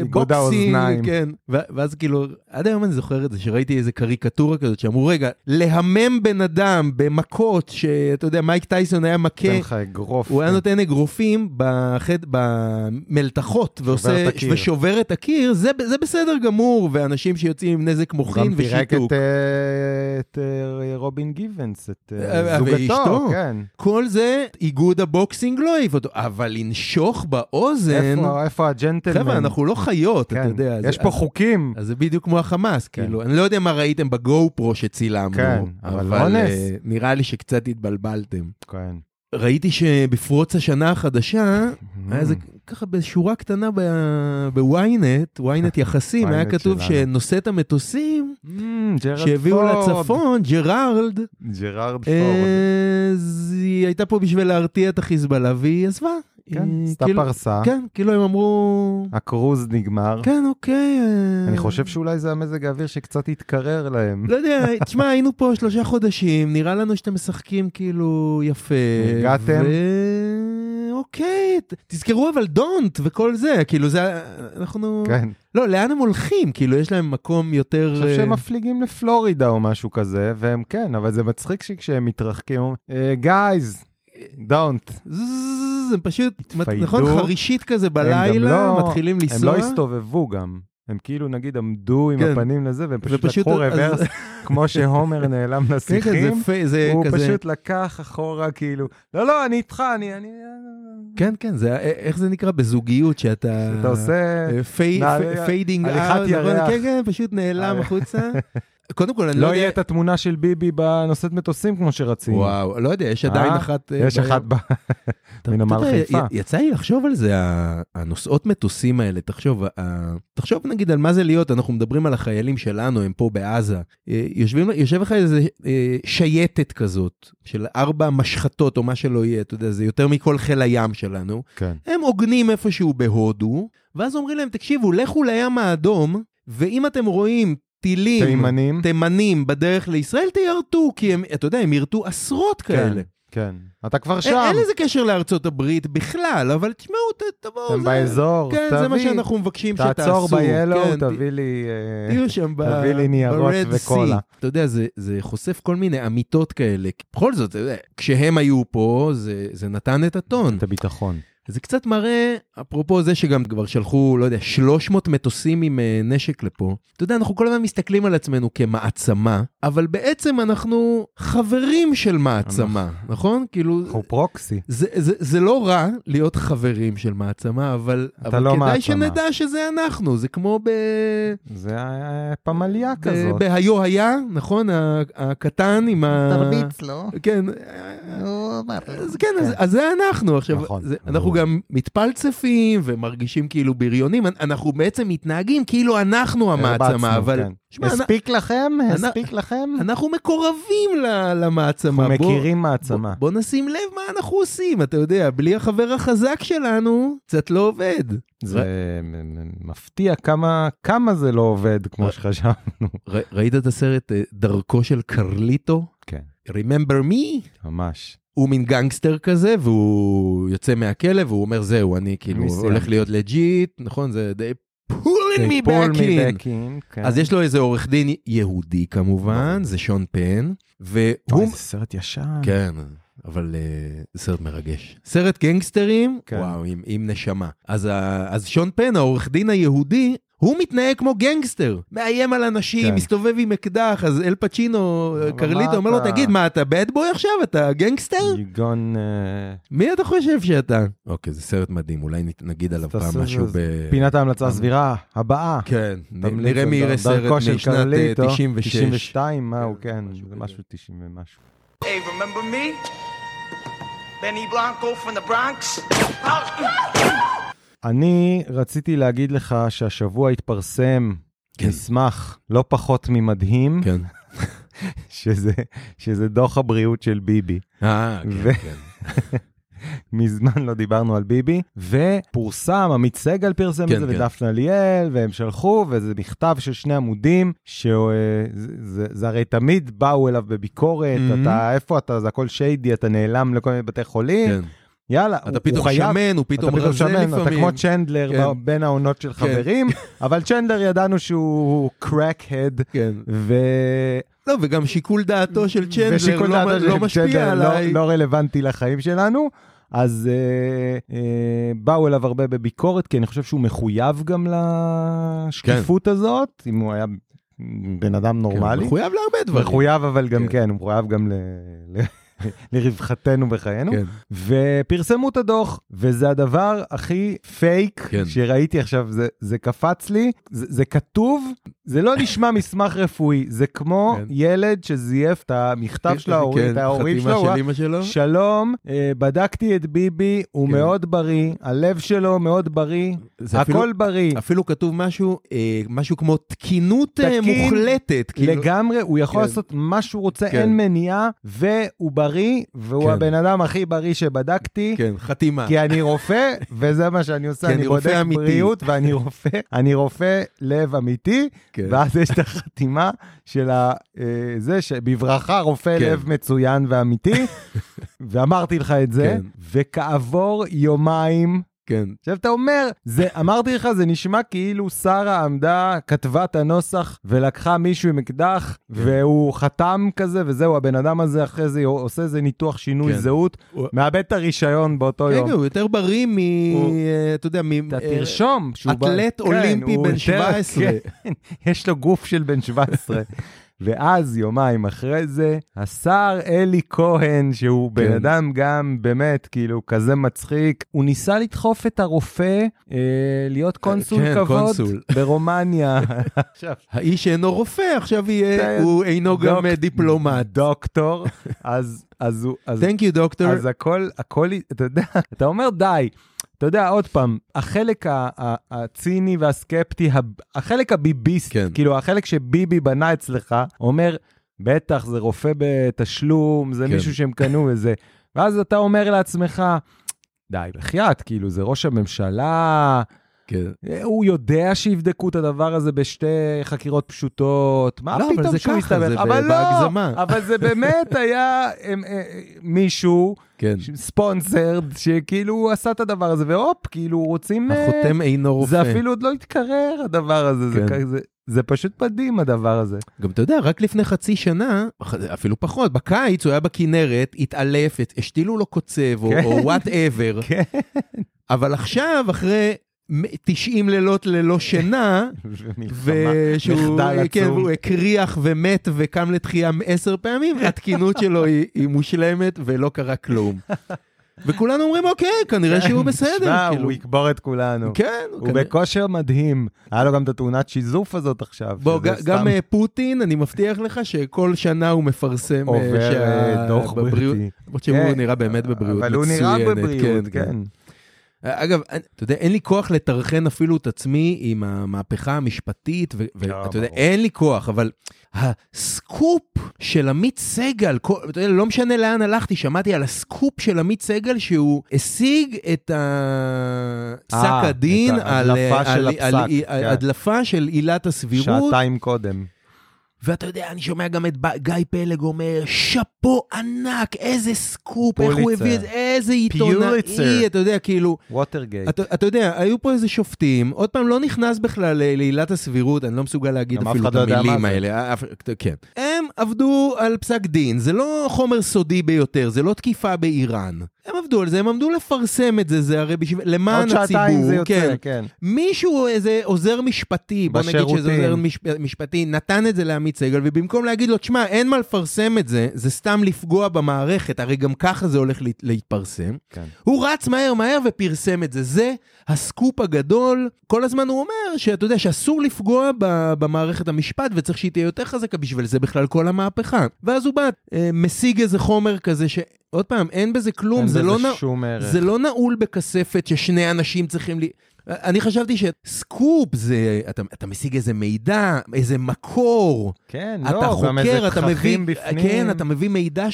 Speaker 2: איגוד
Speaker 1: הבוקסים,
Speaker 2: האוזניים.
Speaker 1: כן. ו- ואז כאילו, עד היום אני זוכר את זה, שראיתי איזה קריקטורה כזאת, שאמרו, רגע, להמם בן אדם במכות, שאתה יודע, מייק טייסון היה מכה,
Speaker 2: נותן לך אגרוף.
Speaker 1: כן. הוא היה נותן אגרופים בחד, במלתחות, ועושה,
Speaker 2: את הקיר.
Speaker 1: ושובר את הקיר, זה, ב- זה בסדר גמור, ואנשים שיוצאים עם נזק מוחין
Speaker 2: גם פירק
Speaker 1: ושיתוק.
Speaker 2: את, אה, את אה, רובין גיבנס, את אה,
Speaker 1: אה, ואשתו.
Speaker 2: זוגתו, כן.
Speaker 1: כל זה, איגוד הבוקסינג לא העיף אותו, אבל לנשוך באוזן,
Speaker 2: איפה- איפה הג'נטלמן?
Speaker 1: חבר'ה, אנחנו לא חיות,
Speaker 2: כן.
Speaker 1: אתה יודע.
Speaker 2: יש
Speaker 1: זה- אה,
Speaker 2: פה
Speaker 1: אז-
Speaker 2: חוקים.
Speaker 1: אז זה בדיוק כמו החמאס,
Speaker 2: כן.
Speaker 1: כאילו, אני לא יודע מה ראיתם בגו פרו שצילמנו,
Speaker 2: כן, אבל אונס.
Speaker 1: אה, נראה לי שקצת התבלבלתם.
Speaker 2: כן.
Speaker 1: ראיתי שבפרוץ השנה החדשה,
Speaker 2: Mm. אה,
Speaker 1: היה איזה ככה בשורה קטנה ב- בוויינט,
Speaker 2: [LAUGHS]
Speaker 1: וויינט יחסים, היה
Speaker 2: ynet
Speaker 1: כתוב
Speaker 2: שלנו.
Speaker 1: שנושאת המטוסים
Speaker 2: Mm, ג'רד
Speaker 1: שהביאו
Speaker 2: פורד.
Speaker 1: לצפון, ג'רארד,
Speaker 2: ג'רארד
Speaker 1: אה,
Speaker 2: פורד.
Speaker 1: אז היא הייתה פה בשביל להרתיע את החיזבאללה והיא עזבה.
Speaker 2: כן,
Speaker 1: אה,
Speaker 2: עשתה
Speaker 1: כאילו-
Speaker 2: פרסה,
Speaker 1: כן, כאילו הם אמרו...
Speaker 2: הקרוז נגמר.
Speaker 1: כן, אוקיי. אה,
Speaker 2: אני חושב שאולי זה המזג האוויר שקצת התקרר להם.
Speaker 1: לא יודע, תשמע, היינו פה שלושה חודשים, נראה לנו שאתם משחקים כאילו יפה.
Speaker 2: הגעתם?
Speaker 1: ו- אוקיי, ת- תזכרו אבל דונט וכל זה, כאילו זה, אנחנו...
Speaker 2: כן.
Speaker 1: לא, לאן הם הולכים? כאילו, יש להם מקום יותר...
Speaker 2: אני חושב
Speaker 1: אה,
Speaker 2: שהם מפליגים לפלורידה או משהו כזה, והם כן, אבל זה מצחיק שכשהם מתרחקים, אה, גייז, דונט.
Speaker 1: זזזז, הם פשוט,
Speaker 2: התפיידו.
Speaker 1: נכון, חרישית כזה בלילה,
Speaker 2: לא-
Speaker 1: מתחילים
Speaker 2: הם לא
Speaker 1: לנסוע.
Speaker 2: הסתובבו גם. הם כאילו נגיד עמדו עם
Speaker 1: כן.
Speaker 2: הפנים לזה, והם פשוט
Speaker 1: ופשוט-
Speaker 2: לקחו
Speaker 1: אז-
Speaker 2: רוורס,
Speaker 1: [LAUGHS]
Speaker 2: כמו שהומר נעלם
Speaker 1: כן, כן, זה
Speaker 2: לשיחים.
Speaker 1: פי- זה
Speaker 2: הוא
Speaker 1: כזה...
Speaker 2: פשוט לקח אחורה כאילו, לא, לא, אני איתך, אני... אני...
Speaker 1: כן, כן, זה, א- איך זה נקרא? בזוגיות, שאתה...
Speaker 2: אתה עושה...
Speaker 1: אה,
Speaker 2: נע-
Speaker 1: פיידינג
Speaker 2: הליכת ירח.
Speaker 1: כן, כן, פשוט נעלם
Speaker 2: אה.
Speaker 1: החוצה. קודם כל, אני לא
Speaker 2: לא יהיה את
Speaker 1: יודע...
Speaker 2: התמונה של ביבי בנושאת מטוסים כמו שרצינו.
Speaker 1: וואו, לא יודע, יש עדיין
Speaker 2: אה?
Speaker 1: אחת... אה,
Speaker 2: יש
Speaker 1: בים.
Speaker 2: אחת ב...
Speaker 1: אתה-
Speaker 2: מנמל
Speaker 1: אתה יודע,
Speaker 2: חיפה.
Speaker 1: י- יצא לי לחשוב על זה, ה- הנוסעות מטוסים האלה, תחשוב, ה- תחשוב נגיד על מה זה להיות, אנחנו מדברים על החיילים שלנו, הם פה בעזה. אה, יושבים, יושב לך איזה אה, שייטת כזאת, של ארבע משחטות או מה שלא יהיה, אתה יודע, זה יותר מכל חיל הים שלנו.
Speaker 2: כן.
Speaker 1: הם עוגנים איפשהו בהודו, ואז אומרים להם, תקשיבו, לכו לים האדום, ואם אתם רואים טילים,
Speaker 2: תימנים.
Speaker 1: תימנים בדרך לישראל, תיירטו, כי הם, אתה יודע, הם יירטו עשרות כאלה.
Speaker 2: כן. אתה כבר
Speaker 1: אין,
Speaker 2: שם.
Speaker 1: אין לזה קשר לארצות הברית בכלל, אבל תשמעו, ת, תבואו.
Speaker 2: אתם
Speaker 1: זה-
Speaker 2: באזור,
Speaker 1: כן, זה מה
Speaker 2: תביא,
Speaker 1: שאנחנו מבקשים שתעשו.
Speaker 2: תעצור ב-Yellow,
Speaker 1: כן, ת-
Speaker 2: תביא לי... אה,
Speaker 1: תהיו שם ב...
Speaker 2: תביא לי ניירות
Speaker 1: ב-Red Sea.
Speaker 2: וקולה.
Speaker 1: אתה יודע, זה, זה חושף כל מיני אמיתות כאלה. בכל זאת, אתה יודע, כשהם היו פה, זה, זה נתן את הטון.
Speaker 2: את הביטחון.
Speaker 1: זה קצת מראה, אפרופו זה שגם כבר שלחו, לא יודע, 300 מטוסים עם אה, נשק לפה. אתה יודע, אנחנו כל הזמן מסתכלים על עצמנו כמעצמה, אבל בעצם אנחנו חברים של מעצמה, נכון? כאילו,
Speaker 2: אנחנו פרוקסי.
Speaker 1: זה, זה, זה לא רע להיות חברים של מעצמה, אבל,
Speaker 2: אתה
Speaker 1: אבל
Speaker 2: לא
Speaker 1: כדאי
Speaker 2: מעצמה.
Speaker 1: שנדע שזה אנחנו, זה כמו ב...
Speaker 2: זה אה, פמליה
Speaker 1: ב-
Speaker 2: כזאת.
Speaker 1: בהיו היה, נכון? ה- הקטן עם ה...
Speaker 2: לו.
Speaker 1: כן, אז כן, אז, אז זה אנחנו עכשיו,
Speaker 2: נכון,
Speaker 1: זה,
Speaker 2: ברור.
Speaker 1: אנחנו גם מתפלצפים ומרגישים כאילו בריונים, אנ- אנחנו בעצם מתנהגים כאילו
Speaker 2: אה,
Speaker 1: אנחנו המעצמה, אבל
Speaker 2: כן.
Speaker 1: שמע, אנ-
Speaker 2: הספיק לכם?
Speaker 1: אנ-
Speaker 2: הספיק לכם?
Speaker 1: אנחנו מקורבים ל- למעצמה.
Speaker 2: אנחנו
Speaker 1: בוא-
Speaker 2: מכירים
Speaker 1: בוא,
Speaker 2: מעצמה.
Speaker 1: בוא נשים לב מה אנחנו עושים, אתה יודע, בלי החבר החזק שלנו, קצת לא עובד.
Speaker 2: זה מ- מ- מפתיע כמה כמה זה לא עובד כמו
Speaker 1: אה.
Speaker 2: שחשבנו.
Speaker 1: ר, ראית את הסרט אה, דרכו של קרליטו?
Speaker 2: כן,
Speaker 1: Remember me?
Speaker 2: ממש.
Speaker 1: הוא מין גנגסטר כזה, והוא יוצא מהכלא, והוא אומר, זהו, אני כאילו
Speaker 2: אני סיימתי."
Speaker 1: הולך להיות לג'יט, נכון? זה די פולינג מי
Speaker 2: Pull me
Speaker 1: back in.
Speaker 2: back in, אה, כן.
Speaker 1: אז יש לו איזה עורך דין יהודי כמובן,
Speaker 2: ברור.
Speaker 1: זה שון פן,
Speaker 2: וואי,
Speaker 1: והוא...
Speaker 2: זה סרט ישן.
Speaker 1: כן, אבל אה, זה סרט מרגש. סרט גנגסטרים,
Speaker 2: כן.
Speaker 1: וואו, עם- עם נשמה. אז ה- אז שון פן, העורך דין היהודי, הוא מתנהג כמו גנגסטר, מאיים על אנשים,
Speaker 2: כן.
Speaker 1: מסתובב עם אקדח, אז אל פצ'ינו,
Speaker 2: אבל
Speaker 1: אה,
Speaker 2: מה
Speaker 1: קרליטו, אומר לו,
Speaker 2: אתה-
Speaker 1: תגיד, מה, אתה בד בוי עכשיו? אתה גנגסטר?
Speaker 2: You gone... אה,
Speaker 1: מי אתה חושב שאתה? אוקיי, זה סרט מדהים, אולי נ- נגיד עליו
Speaker 2: תעשה
Speaker 1: פעם משהו
Speaker 2: איזה-
Speaker 1: ב...
Speaker 2: פינת ההמלצה
Speaker 1: אה.
Speaker 2: הסבירה הבאה.
Speaker 1: כן, נ-
Speaker 2: תמליץ
Speaker 1: נראה
Speaker 2: על
Speaker 1: מי יראה
Speaker 2: דר-
Speaker 1: סרט
Speaker 2: דרכו של
Speaker 1: משנת אה,
Speaker 2: קרליטו,
Speaker 1: 96.
Speaker 2: 92, מה הוא,
Speaker 1: כן,
Speaker 2: כן,
Speaker 1: משהו
Speaker 2: זה
Speaker 1: כזה.
Speaker 2: משהו 90 ומשהו.
Speaker 3: Hey, remember me? Benny Blanco from the Bronx?
Speaker 2: אני רציתי להגיד לך שהשבוע התפרסם
Speaker 1: כן.
Speaker 2: מסמך לא פחות ממדהים,
Speaker 1: כן.
Speaker 2: שזה, שזה דוח הבריאות של ביבי.
Speaker 1: אה,
Speaker 2: ו-
Speaker 1: כן, כן.
Speaker 2: מזמן לא דיברנו על ביבי, ופורסם, עמית סגל פרסם
Speaker 1: כן,
Speaker 2: את זה,
Speaker 1: כן.
Speaker 2: ודפנה ליאל, והם שלחו, וזה מכתב של שני עמודים, שזה זה, זה הרי תמיד באו אליו בביקורת,
Speaker 1: Mhm.
Speaker 2: אתה, איפה אתה, זה הכל שיידי, אתה נעלם לכל מיני בתי חולים, [LAUGHS]
Speaker 1: כן.
Speaker 2: יאללה, הוא,
Speaker 1: אתה פתאום
Speaker 2: הוא חייב...
Speaker 1: שמן, הוא פתאום
Speaker 2: אתה פתאום
Speaker 1: רזה
Speaker 2: שמן, אתה
Speaker 1: לפעמים.
Speaker 2: כמו צ'נדלר
Speaker 1: כן.
Speaker 2: ב- בין העונות של חברים, אבל צ'נדלר ידענו שהוא קרק-הד,
Speaker 1: כן.
Speaker 2: ו...
Speaker 1: לא, וגם שיקול דעתו של צ'נדלר
Speaker 2: ושיקול
Speaker 1: לא-
Speaker 2: דעתו של
Speaker 1: לא משפיע
Speaker 2: צ'נדלר לא-
Speaker 1: עליי. כן,
Speaker 2: לא רלוונטי לחיים שלנו. אז אה, אה, באו אליו הרבה בביקורת, כי אני חושב שהוא מחויב גם לשקיפות הזאת, אם הוא היה בן אדם
Speaker 1: כן,
Speaker 2: נורמלי.
Speaker 1: מחויב להרבה דברים.
Speaker 2: מחויב, אבל גם
Speaker 1: כן.
Speaker 2: כן, הוא מחויב גם ל- ל- לרווחתנו בחיינו.
Speaker 1: כן.
Speaker 2: ופרסמו את הדוח, וזה הדבר הכי פייק
Speaker 1: כן.
Speaker 2: כן. שראיתי עכשיו, זה, זה קפץ לי, זה, זה כתוב,
Speaker 1: [LAUGHS]
Speaker 2: זה לא נשמע מסמך רפואי, זה כמו
Speaker 1: כן.
Speaker 2: כן. ילד שזייף את המכתב של ההורים,
Speaker 1: כן,
Speaker 2: את ההורים שלו,
Speaker 1: חתימה
Speaker 2: הוא
Speaker 1: של אמא שלו.
Speaker 2: אמר, שלום, אה, בדקתי את ביבי, הוא
Speaker 1: כן.
Speaker 2: מאוד בריא, הלב שלו מאוד בריא,
Speaker 1: זה אפילו-
Speaker 2: הכל בריא.
Speaker 1: אפילו כתוב משהו, אה, משהו כמו תקינות אה,
Speaker 2: תקין
Speaker 1: מוחלטת. כאילו-
Speaker 2: לגמרי, הוא יכול
Speaker 1: כן.
Speaker 2: לעשות מה שהוא רוצה,
Speaker 1: כן.
Speaker 2: אין מניעה, והוא בריא, בריא, והוא
Speaker 1: כן.
Speaker 2: הבן אדם הכי בריא שבדקתי.
Speaker 1: כן, חתימה.
Speaker 2: כי אני רופא, וזה מה שאני עושה,
Speaker 1: כי
Speaker 2: אני
Speaker 1: אני רופא
Speaker 2: בודק
Speaker 1: אמיתי.
Speaker 2: בריאות ואני רופא, אני רופא לב אמיתי,
Speaker 1: כן.
Speaker 2: ואז יש את החתימה של ה- אה, זה שבברכה רופא
Speaker 1: כן.
Speaker 2: לב מצוין
Speaker 1: [LAUGHS]
Speaker 2: ואמיתי, ואמרתי לך את זה,
Speaker 1: כן.
Speaker 2: וכעבור יומיים,
Speaker 1: כן.
Speaker 2: עכשיו אתה אומר, זה, אמרתי לך, זה נשמע כאילו שרה עמדה, כתבה את הנוסח ולקחה מישהו עם אקדח,
Speaker 1: כן.
Speaker 2: והוא חתם כזה, וזהו, הבן אדם הזה אחרי זה עושה איזה ניתוח שינוי
Speaker 1: כן.
Speaker 2: זהות,
Speaker 1: הוא-
Speaker 2: מאבד את הרישיון באותו לא יום.
Speaker 1: רגע, הוא יותר בריא מ...
Speaker 2: הוא-
Speaker 1: אה, אתה יודע, מ...
Speaker 2: אתה
Speaker 1: אה,
Speaker 2: תרשום שהוא...
Speaker 1: אתלט
Speaker 2: בא-
Speaker 1: אולימפי
Speaker 2: כן, הוא
Speaker 1: בן
Speaker 2: יותר-
Speaker 1: 17.
Speaker 2: כן, יש לו גוף של בן
Speaker 1: [LAUGHS]
Speaker 2: 17. ואז יומיים אחרי זה, השר אלי כהן, שהוא בן
Speaker 1: כן.
Speaker 2: אדם גם באמת כאילו כזה מצחיק, הוא ניסה לדחוף את הרופא אה, להיות קונסול
Speaker 1: כן,
Speaker 2: כבוד
Speaker 1: קונסול.
Speaker 2: ברומניה. עכשיו,
Speaker 1: האיש אינו רופא, עכשיו יהיה,
Speaker 2: כן.
Speaker 1: [LAUGHS] הוא אינו גם אה, דיפלומט.
Speaker 2: דוקטור, אז, אז, הוא- אז,
Speaker 1: Thank you, דוקטור.
Speaker 2: אז הכל, הכל, אתה יודע, [LAUGHS] אתה אומר די. אתה יודע, עוד פעם, החלק ה- ה- הציני והסקפטי, ה- החלק הביביסט,
Speaker 1: כן.
Speaker 2: כאילו החלק שביבי בנה אצלך, אומר, בטח, זה רופא בתשלום, זה
Speaker 1: כן.
Speaker 2: מישהו שהם קנו וזה. ואז אתה אומר לעצמך, די, בחייאת, כאילו, זה ראש הממשלה,
Speaker 1: כן.
Speaker 2: הוא יודע שיבדקו את הדבר הזה בשתי חקירות פשוטות, מה
Speaker 1: לא, אבל
Speaker 2: פתאום
Speaker 1: זה
Speaker 2: שהוא
Speaker 1: ככה,
Speaker 2: יסתבך?
Speaker 1: זה
Speaker 2: אבל
Speaker 1: ב-
Speaker 2: לא,
Speaker 1: בהגזמה.
Speaker 2: אבל זה באמת היה אמ, אה, אה, מישהו,
Speaker 1: כן.
Speaker 2: ספונסרד, שכאילו הוא עשה את הדבר הזה, והופ, כאילו רוצים... אה,
Speaker 1: החותם אינו רופא.
Speaker 2: זה אפילו עוד לא התקרר, הדבר הזה, זה
Speaker 1: כן.
Speaker 2: כ- זה- זה פשוט מדהים הדבר הזה.
Speaker 1: גם אתה יודע, רק לפני חצי שנה, אפילו פחות, בקיץ הוא היה בכנרת, התעלף, השתילו לו קוצב, או-
Speaker 2: כן.
Speaker 1: או וואטאבר,
Speaker 2: [LAUGHS] כן.
Speaker 1: אבל עכשיו, אחרי מ- 90 לילות ללא שינה, ושהוא
Speaker 2: מחדל
Speaker 1: כן,
Speaker 2: עצום.
Speaker 1: והוא הקריח ומת וקם לתחייה עשר פעמים, התקינות שלו היא, היא מושלמת ולא קרה
Speaker 2: [LAUGHS]
Speaker 1: כלום. וכולנו אומרים, אוקיי, כנראה שהוא בסדר.
Speaker 2: כן, שמע,
Speaker 1: כאילו,
Speaker 2: הוא יקבור את כולנו.
Speaker 1: כן,
Speaker 2: הוא
Speaker 1: כנראה-
Speaker 2: בכושר מדהים. היה לו גם את התאונת שיזוף הזאת עכשיו.
Speaker 1: בוא,
Speaker 2: שזה
Speaker 1: ג-
Speaker 2: סתם-
Speaker 1: גם אה, פוטין, אני מבטיח לך שכל שנה הוא מפרסם... אה,
Speaker 2: עובר,
Speaker 1: שה-
Speaker 2: אה, דוח
Speaker 1: בבריאות-
Speaker 2: בריאותי.
Speaker 1: למרות שהוא
Speaker 2: כן.
Speaker 1: נראה באמת בבריאות
Speaker 2: אבל
Speaker 1: מצוינת.
Speaker 2: הוא נראה בבריאות, כן.
Speaker 1: אגב, אני- אתה יודע, אין לי כוח לטרחן אפילו את עצמי עם המהפכה המשפטית, ו-
Speaker 2: לא,
Speaker 1: ואתה יודע,
Speaker 2: ברור.
Speaker 1: אין לי כוח, אבל הסקופ של עמית סגל, כל- אתה יודע, לא משנה לאן הלכתי, שמעתי על הסקופ של עמית סגל שהוא השיג את ה-
Speaker 2: אה,
Speaker 1: פסק
Speaker 2: את
Speaker 1: הדין על
Speaker 2: ההדלפה
Speaker 1: על- אה,
Speaker 2: של
Speaker 1: על-
Speaker 2: הפסק,
Speaker 1: על-
Speaker 2: כן.
Speaker 1: על הדלפה של עילת הסבירות.
Speaker 2: שעתיים קודם.
Speaker 1: ואתה יודע, אני שומע גם את ב- גיא פלג אומר, שאפו ענק, איזה סקופ, איך הוא
Speaker 2: פוליצר.
Speaker 1: הביא את זה, איזה
Speaker 2: פיוליצר.
Speaker 1: עיתונאי, אתה יודע, כאילו...
Speaker 2: ווטרגייט.
Speaker 1: אתה, אתה יודע, היו פה איזה שופטים, עוד פעם, לא נכנס בכלל ל- לעילת הסבירות, אני לא מסוגל להגיד
Speaker 2: גם אף
Speaker 1: אפילו
Speaker 2: אחד
Speaker 1: את
Speaker 2: לא יודע
Speaker 1: המילים
Speaker 2: מה זה.
Speaker 1: האלה. אף- כן. הם עבדו על פסק דין, זה לא חומר סודי ביותר, זה לא תקיפה באיראן. הם עבדו על זה, הם עמדו לפרסם את זה, זה הרי בשביל, למען
Speaker 2: עוד
Speaker 1: הציבור.
Speaker 2: שעתיים זה יוצא,
Speaker 1: כן.
Speaker 2: כן.
Speaker 1: מישהו, איזה עוזר משפטי, בוא נגיד שזה
Speaker 2: בשירותים.
Speaker 1: עוזר משפ... משפטי, נתן את זה לעמית סגל, ובמקום להגיד לו, תשמע, אין מה לפרסם את זה, זה סתם לפגוע במערכת, הרי גם ככה זה הולך להת... להתפרסם.
Speaker 2: כן.
Speaker 1: הוא רץ מהר מהר ופרסם את זה, זה הסקופ הגדול. כל הזמן הוא אומר שאתה יודע שאסור לפגוע ב... במערכת המשפט וצריך שהיא תהיה יותר חזקה, בשביל זה בכלל כל המהפכה. ואז הוא בא, אה, משיג איזה חומר כזה ש... עוד פעם, אין בזה כלום,
Speaker 2: אין
Speaker 1: זה
Speaker 2: בזה
Speaker 1: לא נע...
Speaker 2: שום ערך.
Speaker 1: זה לא נעול בכספת ששני אנשים צריכים ל... אני חשבתי שסקופ זה, אתה, אתה משיג איזה מידע, איזה מקור,
Speaker 2: כן,
Speaker 1: אתה
Speaker 2: לא, גם איזה
Speaker 1: חוקר, אתה מביא,
Speaker 2: תככים בפנים.
Speaker 1: כן, אתה מביא מידע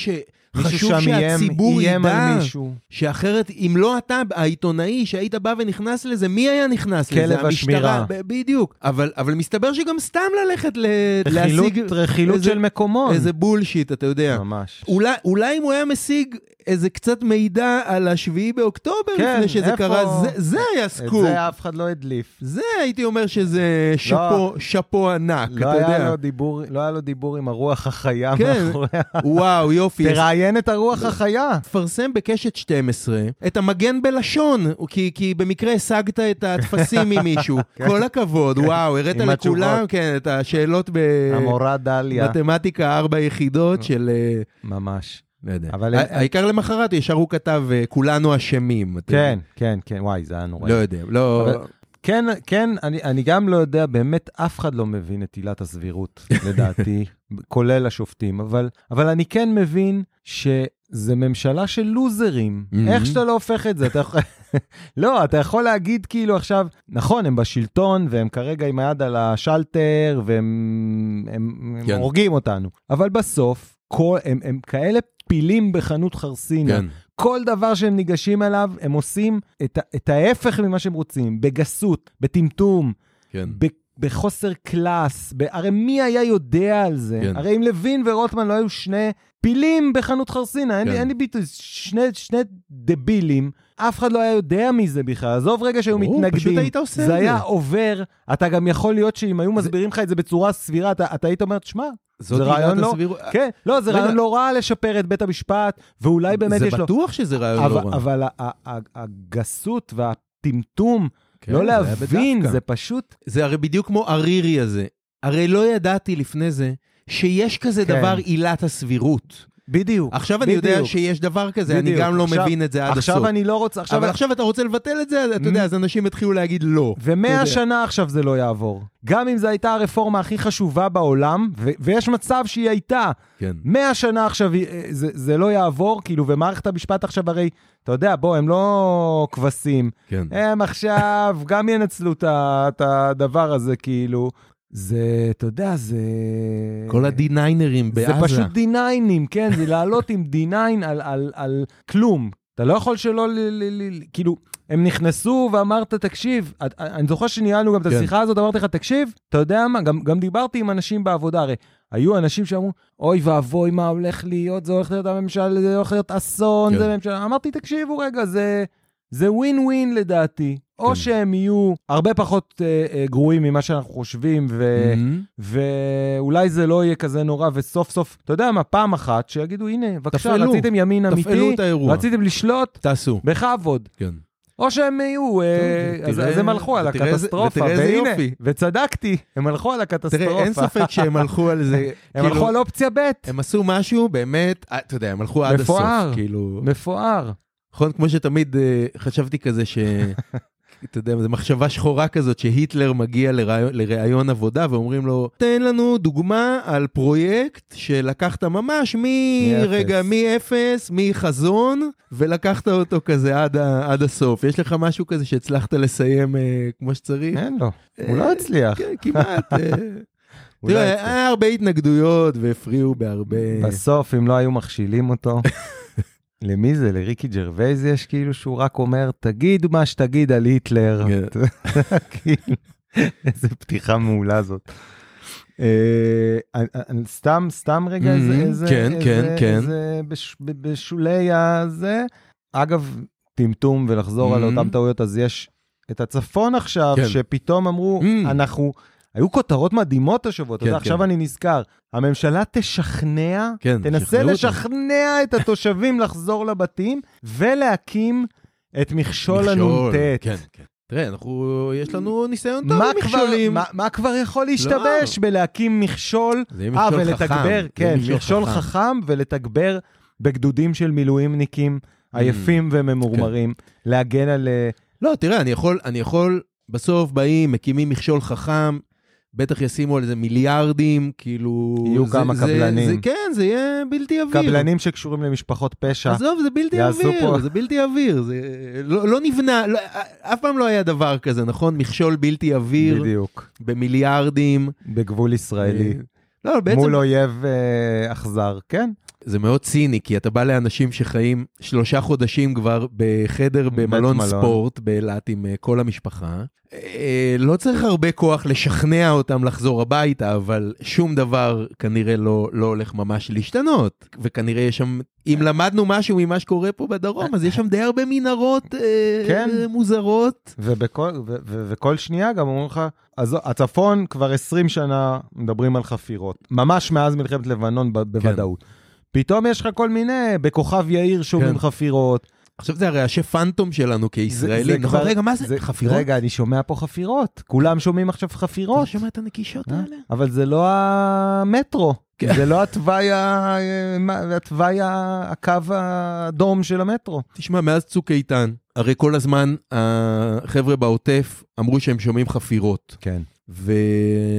Speaker 2: מישהו
Speaker 1: שחשוב
Speaker 2: שם איים-
Speaker 1: שהציבור
Speaker 2: איים על
Speaker 1: ידע,
Speaker 2: מישהו.
Speaker 1: שאחרת, אם לא אתה, העיתונאי שהיית בא ונכנס לזה, מי היה נכנס לזה?
Speaker 2: כלב השמירה.
Speaker 1: ב- בדיוק, אבל, אבל מסתבר שגם סתם ללכת ל...
Speaker 2: רכילות,
Speaker 1: להשיג
Speaker 2: רכילות
Speaker 1: איזה-
Speaker 2: של מקומון.
Speaker 1: איזה בולשיט, אתה יודע.
Speaker 2: ממש.
Speaker 1: אולי, אולי אם הוא היה משיג איזה קצת מידע על השביעי באוקטובר
Speaker 2: כן,
Speaker 1: לפני שזה
Speaker 2: איפה-
Speaker 1: קרה, זה, זה היה
Speaker 2: את
Speaker 1: סקופ.
Speaker 2: זה אף אחד לא הדליף.
Speaker 1: זה הייתי אומר שזה שאפו, שאפו ענק,
Speaker 2: לא
Speaker 1: אתה
Speaker 2: היה,
Speaker 1: יודע.
Speaker 2: לו דיבור, לא היה לו דיבור עם הרוח החיה
Speaker 1: כן.
Speaker 2: מאחורי ה...
Speaker 1: וואו, יופי.
Speaker 2: תראיין את הרוח החיה.
Speaker 1: תפרסם בקשת 12 את המגן בלשון, כי, כי במקרה השגת את הטפסים
Speaker 2: [LAUGHS]
Speaker 1: ממישהו. כל הכבוד, וואו, הראת
Speaker 2: כן. עם
Speaker 1: לכולם,
Speaker 2: התשובות.
Speaker 1: כן, את השאלות
Speaker 2: המורה דליה.
Speaker 1: במתמטיקה ארבע יחידות של... אה,
Speaker 2: ממש.
Speaker 1: לא יודע.
Speaker 2: אבל-
Speaker 1: הע- העיקר למחרת ישר הוא כתב, אה, כולנו אשמים. אתה יודע.
Speaker 2: כן, כן, כן, וואי, זה היה נורא.
Speaker 1: לא יודע, לא...
Speaker 2: אבל- כן, כן, אני, אני גם לא יודע, באמת אף אחד לא מבין את עילת הסבירות, לדעתי, כולל השופטים, אבל, אבל אני כן מבין שזה ממשלה של לוזרים.
Speaker 1: Mhm.
Speaker 2: איך שאתה לא הופך את זה, אתה יכול... [LAUGHS] לא, אתה יכול להגיד כאילו עכשיו, נכון, הם בשלטון, והם כרגע עם היד על השלטר, והם הם, הם
Speaker 1: כן.
Speaker 2: הורגים אותנו, אבל בסוף, כל, הם, הם כאלה מעפילים בחנות חרסינה.
Speaker 1: כן.
Speaker 2: כל דבר שהם ניגשים אליו, הם עושים את, ה- את ההפך ממה שהם רוצים, בגסות, בטמטום,
Speaker 1: כן.
Speaker 2: ב- בחוסר קלאס, ב- הרי מי היה יודע על זה?
Speaker 1: כן.
Speaker 2: הרי אם לוין ורוטמן לא היו שני פילים בחנות חרסינה, אין, לי,
Speaker 1: כן.
Speaker 2: אין לי ביטוי, שני, שני דבילים, אף אחד לא היה יודע מזה בכלל. עזוב רגע שהיו
Speaker 1: ברור,
Speaker 2: מתנגדים.
Speaker 1: פשוט היית עושה
Speaker 2: זה.
Speaker 1: את זה.
Speaker 2: היה עובר, אתה גם יכול להיות שאם היו מסבירים לך את זה בצורה סבירה, אתה, אתה היית אומר, תשמע,
Speaker 1: זאת
Speaker 2: זה
Speaker 1: עילת
Speaker 2: רעיון לא...
Speaker 1: הסבירות."
Speaker 2: כן, לא, זה
Speaker 1: אה, רגע.
Speaker 2: רעיון לא רע לשפר את בית המשפט, ואולי באמת
Speaker 1: זה
Speaker 2: יש לו...
Speaker 1: בטוח שזה רעיון
Speaker 2: אבל,
Speaker 1: לא רע.
Speaker 2: אבל ה- ה- ה- הגסות והטמטום,
Speaker 1: כן,
Speaker 2: לא
Speaker 1: זה היה
Speaker 2: להבין,
Speaker 1: בדווקא.
Speaker 2: זה פשוט...
Speaker 1: זה הרי בדיוק כמו ערירי הזה. הרי לא ידעתי לפני זה שיש כזה
Speaker 2: כן.
Speaker 1: דבר עילת הסבירות.
Speaker 2: בדיוק.
Speaker 1: עכשיו אני יודע
Speaker 2: בדיוק.
Speaker 1: שיש דבר כזה, אני
Speaker 2: בדיוק.
Speaker 1: גם לא
Speaker 2: עכשיו-
Speaker 1: מבין את זה עד הסוף.
Speaker 2: עכשיו אני לא רוצה, עכשיו...
Speaker 1: אבל עכשיו אתה רוצה לבטל את זה, אתה יודע, אז אנשים יתחילו להגיד לא. אתה
Speaker 2: ומאה
Speaker 1: יודע.
Speaker 2: שנה עכשיו זה לא יעבור. גם אם זו הייתה הרפורמה הכי חשובה בעולם, ו- ויש מצב שהיא הייתה.
Speaker 1: כן.
Speaker 2: מאה שנה עכשיו היא- אה, זה, זה לא יעבור, כאילו, ומערכת המשפט עכשיו הרי, אתה יודע, בוא, הם לא כבשים.
Speaker 1: כן. [LAUGHS]
Speaker 2: הם עכשיו גם ינצלו את ה- את הדבר הזה, כאילו. זה, אתה יודע, זה...
Speaker 1: כל הדיניינרים
Speaker 2: זה
Speaker 1: בעזה.
Speaker 2: פשוט דיניינים, כן? זה לעלות עם דיניין על, על, על כלום. אתה לא יכול שלא, ל, ל, ל, ל- כאילו, הם נכנסו ואמרת, תקשיב, את- אני זוכר שניהלנו גם את
Speaker 1: כן.
Speaker 2: השיחה הזאת, אמרתי לך, תקשיב, אתה יודע מה, גם, גם דיברתי עם אנשים בעבודה, הרי היו אנשים שאמרו, אוי ואבוי, מה הולך להיות, זה הולך להיות הממשלה, זה הולך להיות אסון,
Speaker 1: כן.
Speaker 2: זה ממשלה. אמרתי, תקשיבו רגע, זה... זה ווין ווין לדעתי,
Speaker 1: כן.
Speaker 2: או שהם יהיו הרבה פחות אה, אה, גרועים ממה שאנחנו חושבים, ו...
Speaker 1: מהמם.
Speaker 2: ואולי זה לא יהיה כזה נורא, וסוף סוף, אתה יודע מה, פעם אחת שיגידו, הנה, בבקשה,
Speaker 1: תפעלו,
Speaker 2: רציתם ימין אמיתי,
Speaker 1: תפעלו את האירוע.
Speaker 2: רציתם לשלוט,
Speaker 1: תעשו.
Speaker 2: בכבוד.
Speaker 1: כן.
Speaker 2: או שהם יהיו, אה,
Speaker 1: טוב,
Speaker 2: אז
Speaker 1: תראה-
Speaker 2: אז הם הלכו על
Speaker 1: ותראה איזה-
Speaker 2: הקטסטרופה,
Speaker 1: ותראה איזה
Speaker 2: והנה,
Speaker 1: יופי.
Speaker 2: וצדקתי, הם הלכו על
Speaker 1: תראה, אין
Speaker 2: הקטסטרופה.
Speaker 1: ספק שהם הלכו על זה,
Speaker 2: [LAUGHS] הם הלכו
Speaker 1: כאילו,
Speaker 2: על אופציה ב',
Speaker 1: הם עשו משהו באמת, אה, אתה יודע, הם הלכו עד הסוף,
Speaker 2: מפואר.
Speaker 1: כאילו,
Speaker 2: מפואר.
Speaker 1: נכון, כמו שתמיד אה, חשבתי כזה ש...
Speaker 2: [LAUGHS]
Speaker 1: אתה יודע, זו מחשבה שחורה כזאת שהיטלר מגיע לראיון- לראיון עבודה ואומרים לו, תן לנו דוגמה על פרויקט שלקחת ממש
Speaker 2: מאפס.
Speaker 1: מרגע, מאפס, מחזון, ולקחת אותו כזה עד, ה, עד הסוף. יש לך משהו כזה שהצלחת לסיים אה, כמו שצריך?
Speaker 2: אין לו, הוא לא הצליח. לא
Speaker 1: כן, כמעט. אה,
Speaker 2: [LAUGHS] אולי
Speaker 1: תראה, אה, היה הרבה התנגדויות והפריעו בהרבה...
Speaker 2: בסוף, אם לא היו מכשילים אותו, [LAUGHS] למי זה? לריקי ג'רווייז יש כאילו שהוא רק אומר, תגיד מה שתגיד על היטלר.
Speaker 1: כן.
Speaker 2: כאילו, איזה פתיחה מעולה זאת. אה, אני- אני- סתם, סתם רגע, איזה,
Speaker 1: Mhm,
Speaker 2: איזה,
Speaker 1: כן,
Speaker 2: איזה,
Speaker 1: כן, כן.
Speaker 2: איזה בש, ב- בשולי הזה. אגב, טמטום ולחזור על
Speaker 1: Mhm.
Speaker 2: אותן טעויות, אז יש את הצפון עכשיו,
Speaker 1: כן.
Speaker 2: שפתאום אמרו,
Speaker 1: Mm.
Speaker 2: אנחנו, היו כותרות מדהימות השבוע, אתה
Speaker 1: כן,
Speaker 2: יודע,
Speaker 1: כן.
Speaker 2: עכשיו אני נזכר. הממשלה תשכנע,
Speaker 1: כן,
Speaker 2: תנסה
Speaker 1: שכנעו אותם.
Speaker 2: לשכנע את התושבים [LAUGHS] לחזור לבתים ולהקים את מכשול הנ"ט.
Speaker 1: כן, כן. תראה, אנחנו, יש לנו ניסיון טוב
Speaker 2: מה כבר,
Speaker 1: במכשולים.
Speaker 2: מה, מה כבר יכול להשתבש בלהקים מכשול?
Speaker 1: זה יהיה
Speaker 2: אה,
Speaker 1: מכשול
Speaker 2: ולתגבר,
Speaker 1: חכם,
Speaker 2: כן,
Speaker 1: זה יהיה
Speaker 2: מכשול חכם ולתגבר בגדודים של מילואימניקים
Speaker 1: Mm.
Speaker 2: עייפים וממורמרים,
Speaker 1: כן.
Speaker 2: להגן על... אה,
Speaker 1: לא, תראה, אני יכול, אני יכול, בסוף באים, מקימים מכשול חכם, בטח ישימו על זה מיליארדים, כאילו...
Speaker 2: יהיו
Speaker 1: זה-
Speaker 2: כמה
Speaker 1: זה-
Speaker 2: קבלנים.
Speaker 1: זה- כן, זה יהיה בלתי אוויר.
Speaker 2: קבלנים שקשורים למשפחות פשע.
Speaker 1: עזוב, זה בלתי
Speaker 2: יעשו
Speaker 1: אוויר,
Speaker 2: פה-
Speaker 1: זה בלתי אוויר, זה לא, לא נבנה, לא, אף פעם לא היה דבר כזה, נכון? מכשול בלתי אוויר
Speaker 2: בדיוק,
Speaker 1: במיליארדים.
Speaker 2: בגבול ישראלי,
Speaker 1: לא, בעצם
Speaker 2: מול אויב אה, אכזר, כן?
Speaker 1: זה מאוד ציני, כי אתה בא לאנשים שחיים שלושה חודשים כבר בחדר במלון
Speaker 2: מלון.
Speaker 1: ספורט באילת עם אה, כל המשפחה. אה, לא צריך הרבה כוח לשכנע אותם לחזור הביתה, אבל שום דבר כנראה לא, לא הולך ממש להשתנות. וכנראה יש שם, אם
Speaker 2: כן.
Speaker 1: למדנו משהו ממה שקורה פה בדרום, אז יש שם די הרבה מנהרות אה,
Speaker 2: כן.
Speaker 1: אה, מוזרות.
Speaker 2: ובכל, ו, ו, וכל שנייה גם אומרים לך, אז הצפון כבר 20 שנה מדברים על חפירות, ממש מאז מלחמת לבנון ב,
Speaker 1: כן.
Speaker 2: בוודאות. פתאום יש לך כל מיני, בכוכב יאיר שומעים
Speaker 1: כן.
Speaker 2: חפירות.
Speaker 1: עכשיו זה הרעשי פנטום שלנו כישראלים.
Speaker 2: זה
Speaker 1: נכון,
Speaker 2: כבר-
Speaker 1: רגע, מה זה? חפירות?
Speaker 2: רגע, אני שומע פה חפירות. כולם שומעים עכשיו
Speaker 1: אתה [LAUGHS]
Speaker 2: חפירות.
Speaker 1: שומע את הנקישות
Speaker 2: אה?
Speaker 1: האלה?
Speaker 2: אבל זה לא המטרו,
Speaker 1: כן.
Speaker 2: זה לא התוואי, ה- מה- התוואי, ה- הקו האדום של המטרו.
Speaker 1: תשמע, מאז צוק איתן, הרי כל הזמן החבר'ה בעוטף אמרו שהם שומעים חפירות,
Speaker 2: כן.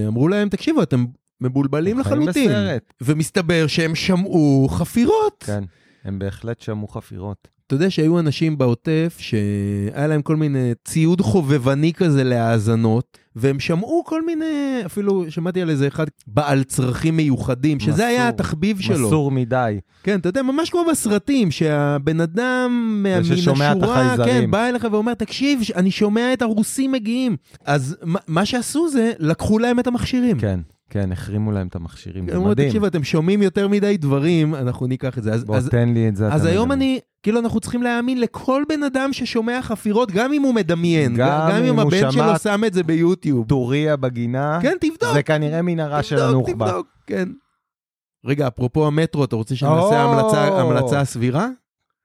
Speaker 1: ואמרו להם, תקשיבו, אתם מבולבלים לחלוטין.
Speaker 2: בסרט.
Speaker 1: ומסתבר שהם שמעו חפירות.
Speaker 2: כן, הם בהחלט שמעו חפירות.
Speaker 1: אתה יודע שהיו אנשים בעוטף שהיה להם כל מיני ציוד חובבני כזה להאזנות, והם שמעו כל מיני, אפילו שמעתי על איזה אחד בעל צרכים מיוחדים, שזה
Speaker 2: מסור,
Speaker 1: היה התחביב שלו.
Speaker 2: מסור מדי.
Speaker 1: כן, אתה יודע, ממש כמו בסרטים, שהבן אדם מה- מן
Speaker 2: ששומע את
Speaker 1: השורה,
Speaker 2: החייזרים.
Speaker 1: כן, בא אליך ואומר, תקשיב, ש- אני שומע את הרוסים מגיעים. אז מה- מה שעשו זה, לקחו להם את המכשירים. [CLEARS THROAT]
Speaker 2: כן, כן, החרימו להם את המכשירים, זה
Speaker 1: הם אמרו,
Speaker 2: מדהים.
Speaker 1: תקשיב, אתם שומעים יותר מדי דברים, אנחנו ניקח את זה. אז-
Speaker 2: בוא,
Speaker 1: אז-
Speaker 2: תן לי את זה.
Speaker 1: אז
Speaker 2: אתה
Speaker 1: היום
Speaker 2: מדמיין.
Speaker 1: אני, כאילו, אנחנו צריכים להאמין לכל בן אדם ששומע חפירות, גם אם הוא מדמיין,
Speaker 2: גם
Speaker 1: גם
Speaker 2: אם
Speaker 1: אם
Speaker 2: הוא
Speaker 1: הבן
Speaker 2: שמע-
Speaker 1: שלו שם את זה ביוטיוב.
Speaker 2: טוריה בגינה,
Speaker 1: כן, תבדוק.
Speaker 2: זה כנראה מנהרה של
Speaker 1: תבדוק,
Speaker 2: הנוח'בה.
Speaker 1: תבדוק, כן. רגע, אפרופו המטרו, אתה רוצה שנעשה
Speaker 2: או.
Speaker 1: המלצה- המלצה סבירה?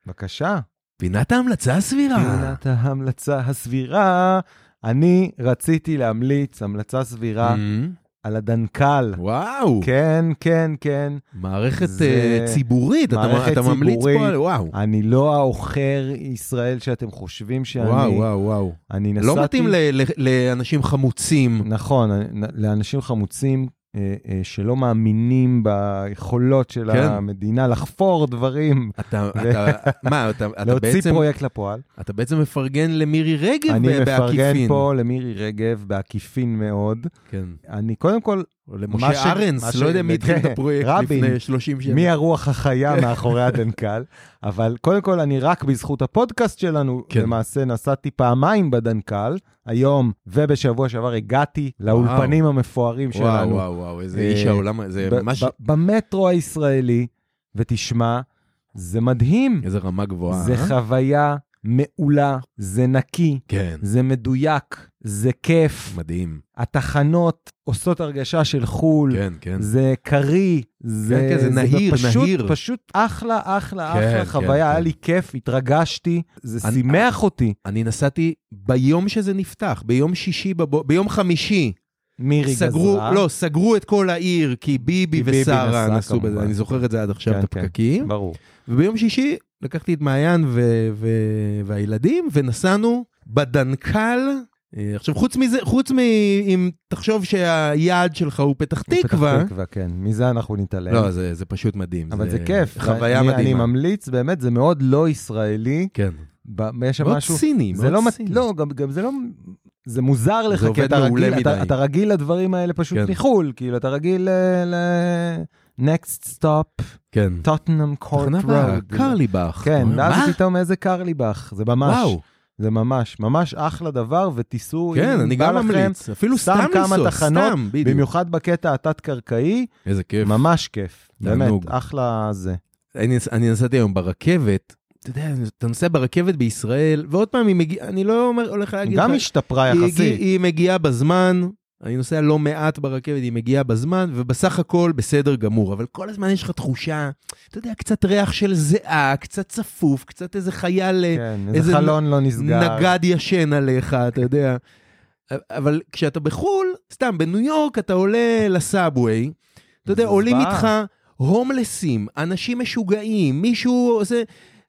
Speaker 2: בבקשה.
Speaker 1: פינת ההמלצה הסבירה.
Speaker 2: פינת ההמלצה הסבירה. אני רציתי להמליץ המלצה סבירה
Speaker 1: Mhm.
Speaker 2: על הדנקל.
Speaker 1: וואו,
Speaker 2: כן, כן, כן.
Speaker 1: מערכת
Speaker 2: זה-
Speaker 1: אה, ציבורית, אתה
Speaker 2: מערכת
Speaker 1: אתה ממליץ פה,
Speaker 2: ציבורית.
Speaker 1: על- וואו,
Speaker 2: אני לא העוכר ישראל שאתם חושבים שאני.
Speaker 1: וואו, וואו, וואו.
Speaker 2: אני נסעתי...
Speaker 1: לא מתאים ל- ל- לאנשים חמוצים.
Speaker 2: נכון, אני- לאנשים חמוצים אה, אה, שלא מאמינים ביכולות של
Speaker 1: כן.
Speaker 2: המדינה לחפור דברים, [LAUGHS]
Speaker 1: אתה, אתה, מה, אתה, אתה
Speaker 2: להוציא
Speaker 1: בעצם,
Speaker 2: פרויקט לפועל.
Speaker 1: אתה בעצם מפרגן למירי רגב
Speaker 2: אני
Speaker 1: ב-
Speaker 2: מפרגן
Speaker 1: בעקיפין.
Speaker 2: פה למירי רגב בעקיפין מאוד.
Speaker 1: כן.
Speaker 2: אני קודם כל,
Speaker 1: או
Speaker 2: מה
Speaker 1: למשה
Speaker 2: ש- מה
Speaker 1: ארנס,
Speaker 2: ש-
Speaker 1: לא יודע מי התחיל את הפרויקט
Speaker 2: רבין.
Speaker 1: לפני 30 שנה.
Speaker 2: מי הרוח החיה מאחורי
Speaker 1: [LAUGHS]
Speaker 2: הדנקל, אבל קודם כל אני רק בזכות הפודקאסט שלנו,
Speaker 1: כן.
Speaker 2: למעשה נסעתי פעמיים בדנקל, היום ובשבוע שעבר הגעתי לאולפנים המפוארים
Speaker 1: וואו,
Speaker 2: שלנו.
Speaker 1: וואו, וואו, איזה
Speaker 2: אה,
Speaker 1: איש העולם, זה
Speaker 2: ב-
Speaker 1: ממש,
Speaker 2: ב- במטרו הישראלי, ותשמע, זה מדהים,
Speaker 1: איזה רמה גבוהה.
Speaker 2: זה
Speaker 1: אה?
Speaker 2: חוויה מעולה, זה נקי,
Speaker 1: כן,
Speaker 2: זה מדויק, זה כיף,
Speaker 1: מדהים.
Speaker 2: התחנות עושות הרגשה של חו"ל.
Speaker 1: כן, כן.
Speaker 2: זה קריא, זה,
Speaker 1: כן, זה נהיר,
Speaker 2: פשוט,
Speaker 1: נהיר.
Speaker 2: פשוט אחלה, אחלה,
Speaker 1: כן,
Speaker 2: אחלה
Speaker 1: כן,
Speaker 2: חוויה, היה
Speaker 1: כן.
Speaker 2: לי כיף, התרגשתי, זה
Speaker 1: אני-
Speaker 2: שימח אותי.
Speaker 1: אני נסעתי ביום שזה נפתח, ביום שישי, בבו- ביום חמישי,
Speaker 2: מירי
Speaker 1: סגרו,
Speaker 2: גזרה.
Speaker 1: לא, סגרו את כל העיר, כי ביבי
Speaker 2: כי ביבי נסע,
Speaker 1: ושרה נסעו
Speaker 2: כמובן.
Speaker 1: בזה, אני זוכר את זה עד עכשיו,
Speaker 2: כן,
Speaker 1: את
Speaker 2: כן.
Speaker 1: הפקקים.
Speaker 2: ברור.
Speaker 1: וביום שישי לקחתי את מעיין ו- ו- והילדים, ונסענו בדנקל. אה, עכשיו, חוץ מזה, חוץ מ... אם תחשוב שהיעד שלך הוא פתח תקווה,
Speaker 2: פתח תקווה, כן, מזה אנחנו נתעלם.
Speaker 1: לא, זה זה פשוט מדהים.
Speaker 2: אבל זה כיף.
Speaker 1: חוויה
Speaker 2: אני- אני
Speaker 1: מדהימה.
Speaker 2: ממליץ, באמת, זה מאוד לא ישראלי,
Speaker 1: כן.
Speaker 2: ב- יש שם
Speaker 1: מאוד
Speaker 2: משהו...
Speaker 1: ציני,
Speaker 2: זה לא,
Speaker 1: מאוד
Speaker 2: מת-
Speaker 1: ציני.
Speaker 2: לא, גם, גם זה לא, זה מוזר לך, כי
Speaker 1: עובד
Speaker 2: אתה
Speaker 1: מעולה
Speaker 2: רגיל, אתה,
Speaker 1: מדי.
Speaker 2: אתה רגיל לדברים האלה פשוט
Speaker 1: כן.
Speaker 2: מחו"ל, כאילו, אתה רגיל אה, ל... next stop,
Speaker 1: כן.
Speaker 2: טוטנאם קורט
Speaker 1: תחנת
Speaker 2: רוד.
Speaker 1: קרליבך.
Speaker 2: כן,
Speaker 1: מה?
Speaker 2: ואז פתאום איזה קר לי בך, זה ממש,
Speaker 1: וואו.
Speaker 2: זה ממש, ממש אחלה דבר, ותיסעו,
Speaker 1: כן,
Speaker 2: אם
Speaker 1: אני
Speaker 2: בא
Speaker 1: גם
Speaker 2: לכם,
Speaker 1: ממליץ. אפילו
Speaker 2: סתם
Speaker 1: סתם
Speaker 2: כמה
Speaker 1: לנסוע,
Speaker 2: תחנות,
Speaker 1: סתם, בדיוק.
Speaker 2: במיוחד בקטע התת-קרקעי,
Speaker 1: איזה כיף.
Speaker 2: ממש כיף, באמת,
Speaker 1: תענוג.
Speaker 2: אחלה זה.
Speaker 1: אני, אני נסעתי היום ברכבת, אתה יודע, אתה נוסע ברכבת בישראל, ועוד פעם, היא מגיעה, אני לא אומר, הולך להגיד
Speaker 2: גם
Speaker 1: לך,
Speaker 2: השתפרה
Speaker 1: היא, הגיע,
Speaker 2: יחסית.
Speaker 1: היא מגיעה בזמן, אני נוסע לא מעט ברכבת, היא מגיעה בזמן, ובסך הכל בסדר גמור, אבל כל הזמן יש לך תחושה, אתה יודע, קצת ריח של זיעה, קצת צפוף, קצת איזה חייל אה,
Speaker 2: כן,
Speaker 1: איזה
Speaker 2: איזה חלון לא נסגר.
Speaker 1: נגד ישן עליך, אתה יודע. אבל כשאתה בחו"ל, סתם, בניו יורק אתה עולה לסאבווי, אתה יודע,
Speaker 2: זה
Speaker 1: עולים
Speaker 2: זוועה.
Speaker 1: איתך הומלסים, אנשים משוגעים, מישהו עושה...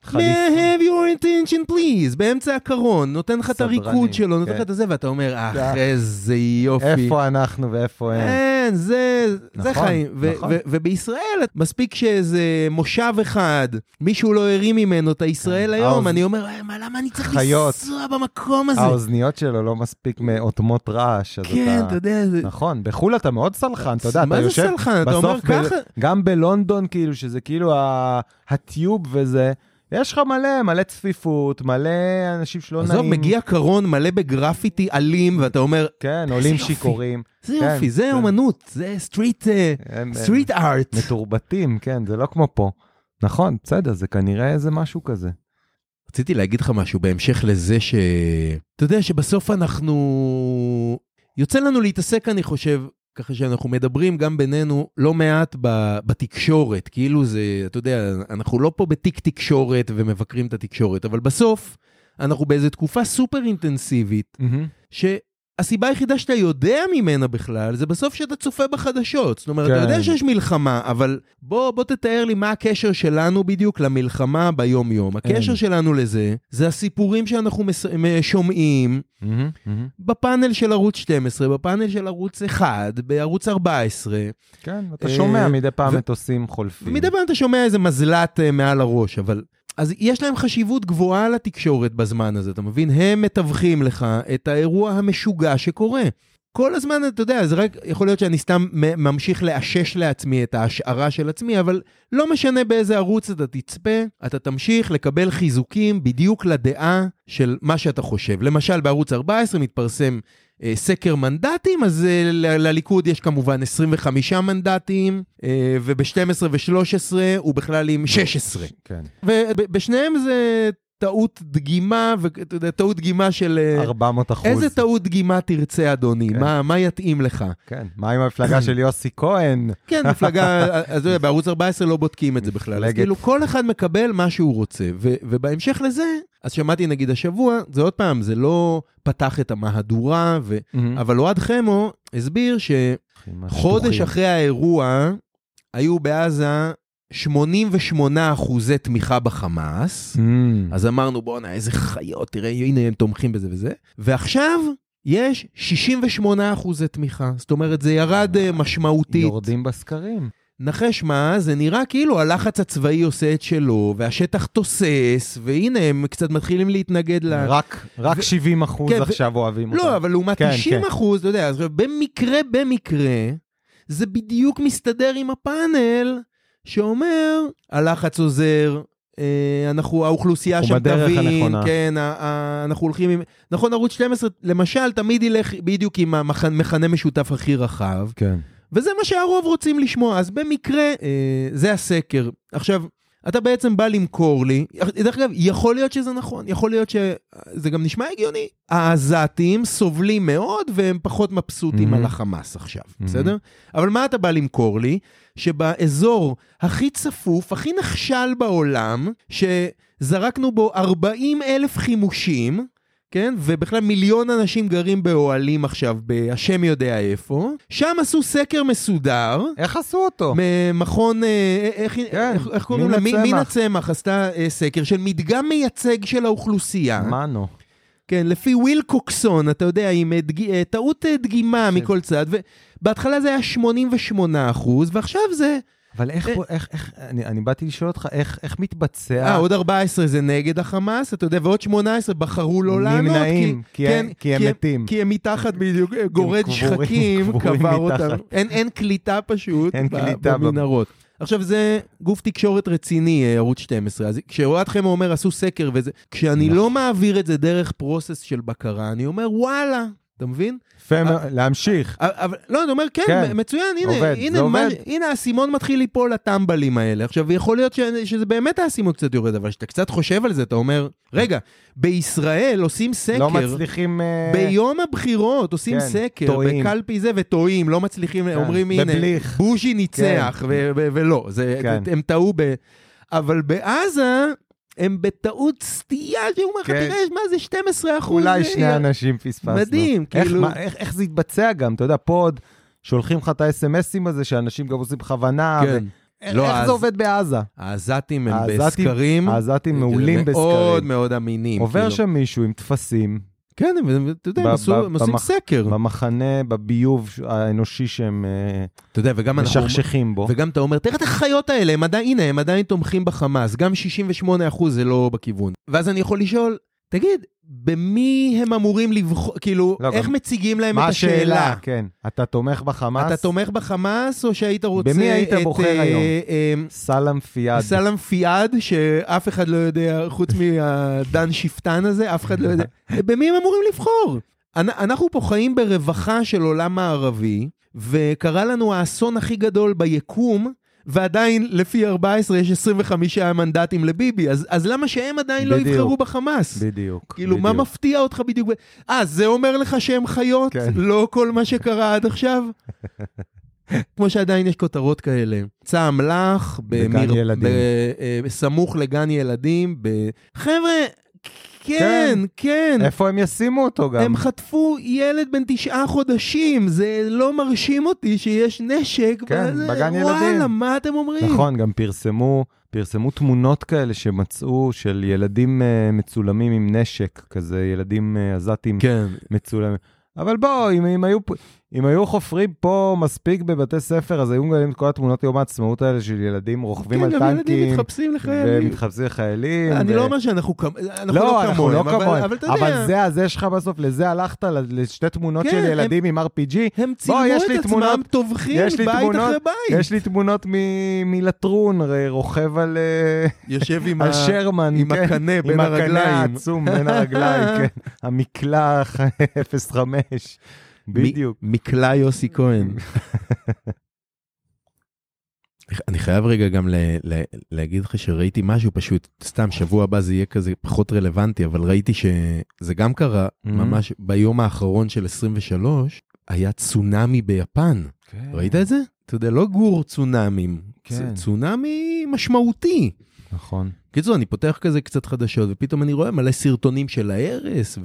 Speaker 1: May
Speaker 2: חליפה.
Speaker 1: I have your attention please, באמצע הקרון, נותן לך את
Speaker 2: סדרנים,
Speaker 1: הריקוד שלו, נותן
Speaker 2: כן.
Speaker 1: לך את זה, ואתה אומר,
Speaker 2: אתה-
Speaker 1: אך, איזה יופי. אה,
Speaker 2: איפה אנחנו ואיפה הם.
Speaker 1: אין, זה, זה
Speaker 2: כן. נכון,
Speaker 1: חיים. ו-
Speaker 2: נכון.
Speaker 1: ו- ובישראל, מספיק שאיזה מושב אחד, מישהו לא הרים ממנו את הישראל היום,
Speaker 2: האוז-
Speaker 1: אני אומר, "אה, מה, למה אני צריך
Speaker 2: כן. חיות.
Speaker 1: לנסוע במקום הזה?
Speaker 2: האוזניות שלו לא מספיק מאוטמות רעש, אז אתה...
Speaker 1: כן, אתה יודע, זה...
Speaker 2: נכון, בחו"ל אתה מאוד סלחן, אתה יודע,
Speaker 1: מה
Speaker 2: אתה
Speaker 1: זה
Speaker 2: יושב...
Speaker 1: סלחן? אתה אומר
Speaker 2: בסוף ב-
Speaker 1: ככה?
Speaker 2: גם בלונדון, כאילו, שזה כאילו ה- הטיוב וזה, יש לך מלא, מלא צפיפות, מלא אנשים שלא נעים.
Speaker 1: עזוב, מגיע קרון מלא בגרפיטי אלים, ואתה אומר,
Speaker 2: כן, עולים
Speaker 1: יופי.
Speaker 2: שיכורים.
Speaker 1: זה
Speaker 2: כן,
Speaker 1: יופי, זה
Speaker 2: כן.
Speaker 1: אומנות, זה סטריט...
Speaker 2: הם, אה,
Speaker 1: סטריט ארט.
Speaker 2: מתורבתים, כן, זה לא כמו פה. נכון, בסדר, זה כנראה איזה משהו כזה.
Speaker 1: רציתי להגיד לך משהו בהמשך לזה ש... אתה יודע שבסוף אנחנו... יוצא לנו להתעסק, אני חושב, ככה שאנחנו מדברים גם בינינו לא מעט ב... בתקשורת. כאילו זה, אתה יודע, אנחנו לא פה בתיק תקשורת ומבקרים את התקשורת, אבל בסוף אנחנו באיזו תקופה סופר אינטנסיבית, שהסיבה היחידה שאתה יודע ממנה בכלל, זה בסוף שאתה צופה בחדשות. זאת אומרת,
Speaker 2: כן.
Speaker 1: אתה יודע שיש מלחמה, אבל בוא, בוא תתאר לי מה הקשר שלנו בדיוק למלחמה ביום-יום. הקשר
Speaker 2: אין.
Speaker 1: שלנו לזה, זה הסיפורים שאנחנו מס... מ- שומעים
Speaker 2: מהמם, מהמם.
Speaker 1: בפאנל של ערוץ 12, בפאנל של ערוץ 1, בערוץ 14.
Speaker 2: כן, אתה
Speaker 1: אה,
Speaker 2: שומע מדי פעם
Speaker 1: ו-
Speaker 2: מטוסים חולפים.
Speaker 1: ומדי פעם אתה שומע איזה מזל"ט אה, מעל הראש, אבל אז יש להם חשיבות גבוהה לתקשורת בזמן הזה, אתה מבין? הם מתווכים לך את האירוע המשוגע שקורה. כל הזמן, אתה יודע, זה רק, יכול להיות שאני סתם מ- ממשיך לאשש לעצמי את ההשערה של עצמי, אבל לא משנה באיזה ערוץ אתה תצפה, אתה תמשיך לקבל חיזוקים בדיוק לדעה של מה שאתה חושב. למשל, בערוץ 14 מתפרסם אה, סקר מנדטים, אז אה, ל- לליכוד יש כמובן 25 מנדטים, אה, וב-12 ו-13 הוא בכלל עם 16.
Speaker 2: כן.
Speaker 1: ובשניהם זה טעות דגימה, ואתה יודע, טעות דגימה של... אה,
Speaker 2: 400 אחוז.
Speaker 1: איזה טעות דגימה תרצה, אדוני?
Speaker 2: כן.
Speaker 1: מה, מה יתאים לך?
Speaker 2: כן. מה עם המפלגה
Speaker 1: [CLEARS THROAT]
Speaker 2: של יוסי כהן?
Speaker 1: כן, מפלגה, אז אתה יודע, בערוץ 14 לא בודקים את זה בכלל. אז
Speaker 2: מפלגת.
Speaker 1: כאילו, כל אחד מקבל מה שהוא רוצה. ו- ובהמשך לזה, אז שמעתי נגיד השבוע, זה עוד פעם, זה לא פתח את המהדורה, ו- אבל אוהד חמו הסביר שחודש
Speaker 2: עם השטוחים.
Speaker 1: אחרי האירוע, היו בעזה 88 אחוזי תמיכה בחמאס.
Speaker 2: Mm.
Speaker 1: אז אמרנו, בואנה, איזה חיות, תראה, הנה הם תומכים בזה וזה. ועכשיו יש 68 אחוזי תמיכה. זאת אומרת, זה ירד אה, משמעותית.
Speaker 2: יורדים בסקרים.
Speaker 1: נחש מה, זה נראה כאילו הלחץ הצבאי עושה את שלו, והשטח תוסס, והנה הם קצת מתחילים להתנגד ל...
Speaker 2: רק, רק
Speaker 1: ו-
Speaker 2: 70 אחוז
Speaker 1: כן, ו-
Speaker 2: עכשיו אוהבים אותם.
Speaker 1: לא, אבל לעומת
Speaker 2: כן,
Speaker 1: 90
Speaker 2: כן.
Speaker 1: אחוז, אתה יודע, אז במקרה, במקרה, זה בדיוק מסתדר עם הפאנל שאומר, הלחץ עוזר, אה, אנחנו, האוכלוסייה שם
Speaker 2: אנחנו בדרך
Speaker 1: תבין,
Speaker 2: הנכונה."
Speaker 1: כן, ה- ה- אנחנו הולכים עם... נכון, ערוץ 12, למשל, תמיד ילך בדיוק עם המכנה משותף הכי רחב,
Speaker 2: כן.
Speaker 1: וזה מה שהרוב רוצים לשמוע, אז במקרה, אה, זה הסקר. עכשיו, אתה בעצם בא למכור לי, דרך אגב, יכול להיות שזה נכון, יכול להיות שזה גם נשמע הגיוני. העזתים סובלים מאוד והם פחות מבסוטים
Speaker 2: Mhm.
Speaker 1: על החמאס עכשיו, בסדר? אבל מה אתה בא למכור לי? שבאזור הכי צפוף, הכי נחשל בעולם, שזרקנו בו 40 אלף חימושים, כן? ובכלל מיליון אנשים גרים באוהלים עכשיו, בהשם יודע איפה. שם עשו סקר מסודר.
Speaker 2: איך עשו אותו?
Speaker 1: מכון, אה, איך,
Speaker 2: כן,
Speaker 1: איך, איך קוראים לה?
Speaker 2: מן
Speaker 1: מי- מן
Speaker 2: הצמח.
Speaker 1: הצמח עשתה אה, סקר של מדגם מייצג של האוכלוסייה.
Speaker 2: מנו.
Speaker 1: כן, לפי וויל קוקסון, אתה יודע, עם אה, דג... אה, טעות אה, דגימה
Speaker 2: כן.
Speaker 1: מכל צד. ובהתחלה זה היה 88 אחוז, ועכשיו זה...
Speaker 2: אבל איך, פה- איך, איך, אני, אני באתי לשאול אותך, איך, איך מתבצע...
Speaker 1: אה, עוד 14 זה נגד החמאס, אתה יודע, ועוד 18 בחרו לא לענות. כן,
Speaker 2: נמנעים, כי הם- כי הם מתים.
Speaker 1: כי הם מתחת בדיוק, אה, גורד
Speaker 2: קבורים-
Speaker 1: שחקים,
Speaker 2: קבורים
Speaker 1: קבר
Speaker 2: מתחת.
Speaker 1: אותם. אין אין קליטה פשוט
Speaker 2: אין
Speaker 1: ב-
Speaker 2: קליטה ב-
Speaker 1: במנהרות. עכשיו, זה גוף תקשורת רציני, אה, ערוץ 12. אז כשאוהדכם אומר, עשו סקר וזה, כשאני
Speaker 2: נכון.
Speaker 1: לא מעביר את זה דרך פרוסס של בקרה, אני אומר, וואלה. אתה מבין?
Speaker 2: יפה מאוד,
Speaker 1: אה,
Speaker 2: להמשיך.
Speaker 1: אבל- אבל לא, אני אומר, כן,
Speaker 2: כן.
Speaker 1: מ- מצוין, הנה,
Speaker 2: עובד,
Speaker 1: הנה,
Speaker 2: זה
Speaker 1: מה-
Speaker 2: עובד.
Speaker 1: הנה, האסימון מתחיל ליפול לטמבלים האלה. עכשיו, יכול להיות ש, שזה באמת האסימון קצת יורד, אבל כשאתה קצת חושב על זה, אתה אומר, רגע, בישראל עושים סקר,
Speaker 2: לא מצליחים... אה,
Speaker 1: ביום הבחירות עושים
Speaker 2: כן,
Speaker 1: סקר,
Speaker 2: טועים. כן,
Speaker 1: בקלפי זה, וטועים, לא מצליחים, אומרים, הנה,
Speaker 2: בבליך."
Speaker 1: בוז'י ניצח, ו- ו- ולא, זה,
Speaker 2: כן.
Speaker 1: הם טעו ב... אבל בעזה... הם בטעות סטייה, שהוא אומר לך,
Speaker 2: כן.
Speaker 1: תראה, מה זה 12 אחוז? כן.
Speaker 2: אולי שני אנשים פספסנו.
Speaker 1: מדהים,
Speaker 2: איך,
Speaker 1: כאילו-
Speaker 2: מה, איך, איך זה יתבצע גם? אתה יודע, פה עוד שולחים לך את האס.אם.אסים הזה, שאנשים גם עושים בכוונה.
Speaker 1: כן.
Speaker 2: ו... איך,
Speaker 1: לא,
Speaker 2: איך
Speaker 1: אז-
Speaker 2: זה עובד בעזה?
Speaker 1: העזתים הם
Speaker 2: העזתים-
Speaker 1: בסקרים.
Speaker 2: העזתים
Speaker 1: מאוד
Speaker 2: מעולים בסקרים.
Speaker 1: מאוד אמינים.
Speaker 2: עובר
Speaker 1: כאילו.
Speaker 2: שם מישהו עם טפסים
Speaker 1: כן, הם- הם- אתה יודע, הם
Speaker 2: ב-
Speaker 1: עשו-
Speaker 2: ב-
Speaker 1: הם עושים
Speaker 2: במח-
Speaker 1: סקר.
Speaker 2: במחנה, בביוב האנושי שהם אה,
Speaker 1: אתה יודע, וגם אנחנו...
Speaker 2: משכשכים בו.
Speaker 1: וגם אתה אומר, תראה את החיות האלה, הם עדיין, הנה, הם עדיין תומכים בחמאס, גם 68% זה לא בכיוון. ואז אני יכול לשאול, תגיד, במי הם אמורים לבחור, כאילו,
Speaker 2: לא,
Speaker 1: איך
Speaker 2: גם-
Speaker 1: מציגים להם
Speaker 2: מה
Speaker 1: את השאלה?
Speaker 2: השאלה? כן. אתה תומך בחמאס?
Speaker 1: אתה תומך בחמאס, או שהיית רוצה
Speaker 2: במי היית
Speaker 1: את,
Speaker 2: בוחר
Speaker 1: אה,
Speaker 2: היום?
Speaker 1: אה,
Speaker 2: סלאם פיאד.
Speaker 1: סלאם פיאד, שאף אחד לא יודע, חוץ מהדן שפטן הזה, אף אחד לא יודע. במי הם אמורים לבחור? אנ- אנחנו פה חיים ברווחה של עולם מערבי, וקרה לנו האסון הכי גדול ביקום, ועדיין לפי 14 יש 25 מנדטים לביבי, אז, אז למה שהם עדיין לא
Speaker 2: בדיוק.
Speaker 1: יבחרו בחמאס?
Speaker 2: בדיוק.
Speaker 1: כאילו, מה
Speaker 2: בדיוק.
Speaker 1: מפתיע אותך בדיוק? ב- אה, זה אומר לך שהם חיות?
Speaker 2: כן.
Speaker 1: לא כל מה שקרה עד
Speaker 2: [LAUGHS]
Speaker 1: עכשיו? כמו שעדיין יש כותרות כאלה. צע אמל"ח,
Speaker 2: בגן ילדים.
Speaker 1: בסמוך אה, לגן ילדים, ב... חבר'ה, כן, כן.
Speaker 2: איפה הם ישימו אותו גם?
Speaker 1: הם חטפו ילד בן תשעה חודשים, זה לא מרשים אותי שיש נשק.
Speaker 2: כן,
Speaker 1: וזה-
Speaker 2: בגן
Speaker 1: וואלה,
Speaker 2: ילדים.
Speaker 1: מה אתם אומרים?
Speaker 2: נכון, גם פרסמו, פרסמו תמונות כאלה שמצאו של ילדים אה, מצולמים עם נשק, כזה ילדים אה, עזתים
Speaker 1: כן.
Speaker 2: מצולמים. אבל בוא, אם, אם היו, פ- אם היו חופרים פה מספיק בבתי ספר, אז היו מגלים את כל התמונות יום העצמאות האלה של ילדים רוכבים
Speaker 1: כן,
Speaker 2: על
Speaker 1: גם ילדים
Speaker 2: טנקים,
Speaker 1: מתחפשים לחיילים.
Speaker 2: ומתחפשים לחיילים.
Speaker 1: אני
Speaker 2: ו-
Speaker 1: לא אומר שאנחנו כמ- אנחנו
Speaker 2: לא,
Speaker 1: לא
Speaker 2: אנחנו לא
Speaker 1: כמוהם, אבל-
Speaker 2: כמוהם,
Speaker 1: אבל אתה
Speaker 2: אבל
Speaker 1: יודע,
Speaker 2: זה הזה שלך בסוף, לזה הלכת, ל- לשתי תמונות
Speaker 1: כן,
Speaker 2: של
Speaker 1: הם-
Speaker 2: ילדים עם RPG.
Speaker 1: הם צילמו
Speaker 2: יש לי
Speaker 1: את עצמם
Speaker 2: תמונות-
Speaker 1: טובחים
Speaker 2: יש לי
Speaker 1: בית
Speaker 2: תמונות-
Speaker 1: אחרי בית.
Speaker 2: יש לי תמונות מ- מלטרון, ר- רוכב על אה,
Speaker 1: יושב [LAUGHS] עם
Speaker 2: על
Speaker 1: ה-
Speaker 2: שרמן,
Speaker 1: עם
Speaker 2: כן.
Speaker 1: הקנה בין
Speaker 2: עם הקנה
Speaker 1: הרגליים.
Speaker 2: העצום בין
Speaker 1: [LAUGHS]
Speaker 2: הרגליים, כן. המקלע 05, בדיוק.
Speaker 1: מ- מקלע יוסי כהן. [LAUGHS] אני חייב רגע גם ל- ל- להגיד לך שראיתי משהו פשוט, סתם, שבוע הבא זה יהיה כזה פחות רלוונטי, אבל ראיתי שזה גם קרה
Speaker 2: Mhm.
Speaker 1: ממש ביום האחרון של 23, היה צונאמי ביפן. כן. ראית את זה? אתה יודע, לא גור צונאמים,
Speaker 2: כן.
Speaker 1: צ- צונאמי משמעותי.
Speaker 2: נכון.
Speaker 1: בקיצור, אני פותח כזה קצת חדשות, ופתאום אני רואה מלא סרטונים של ההרס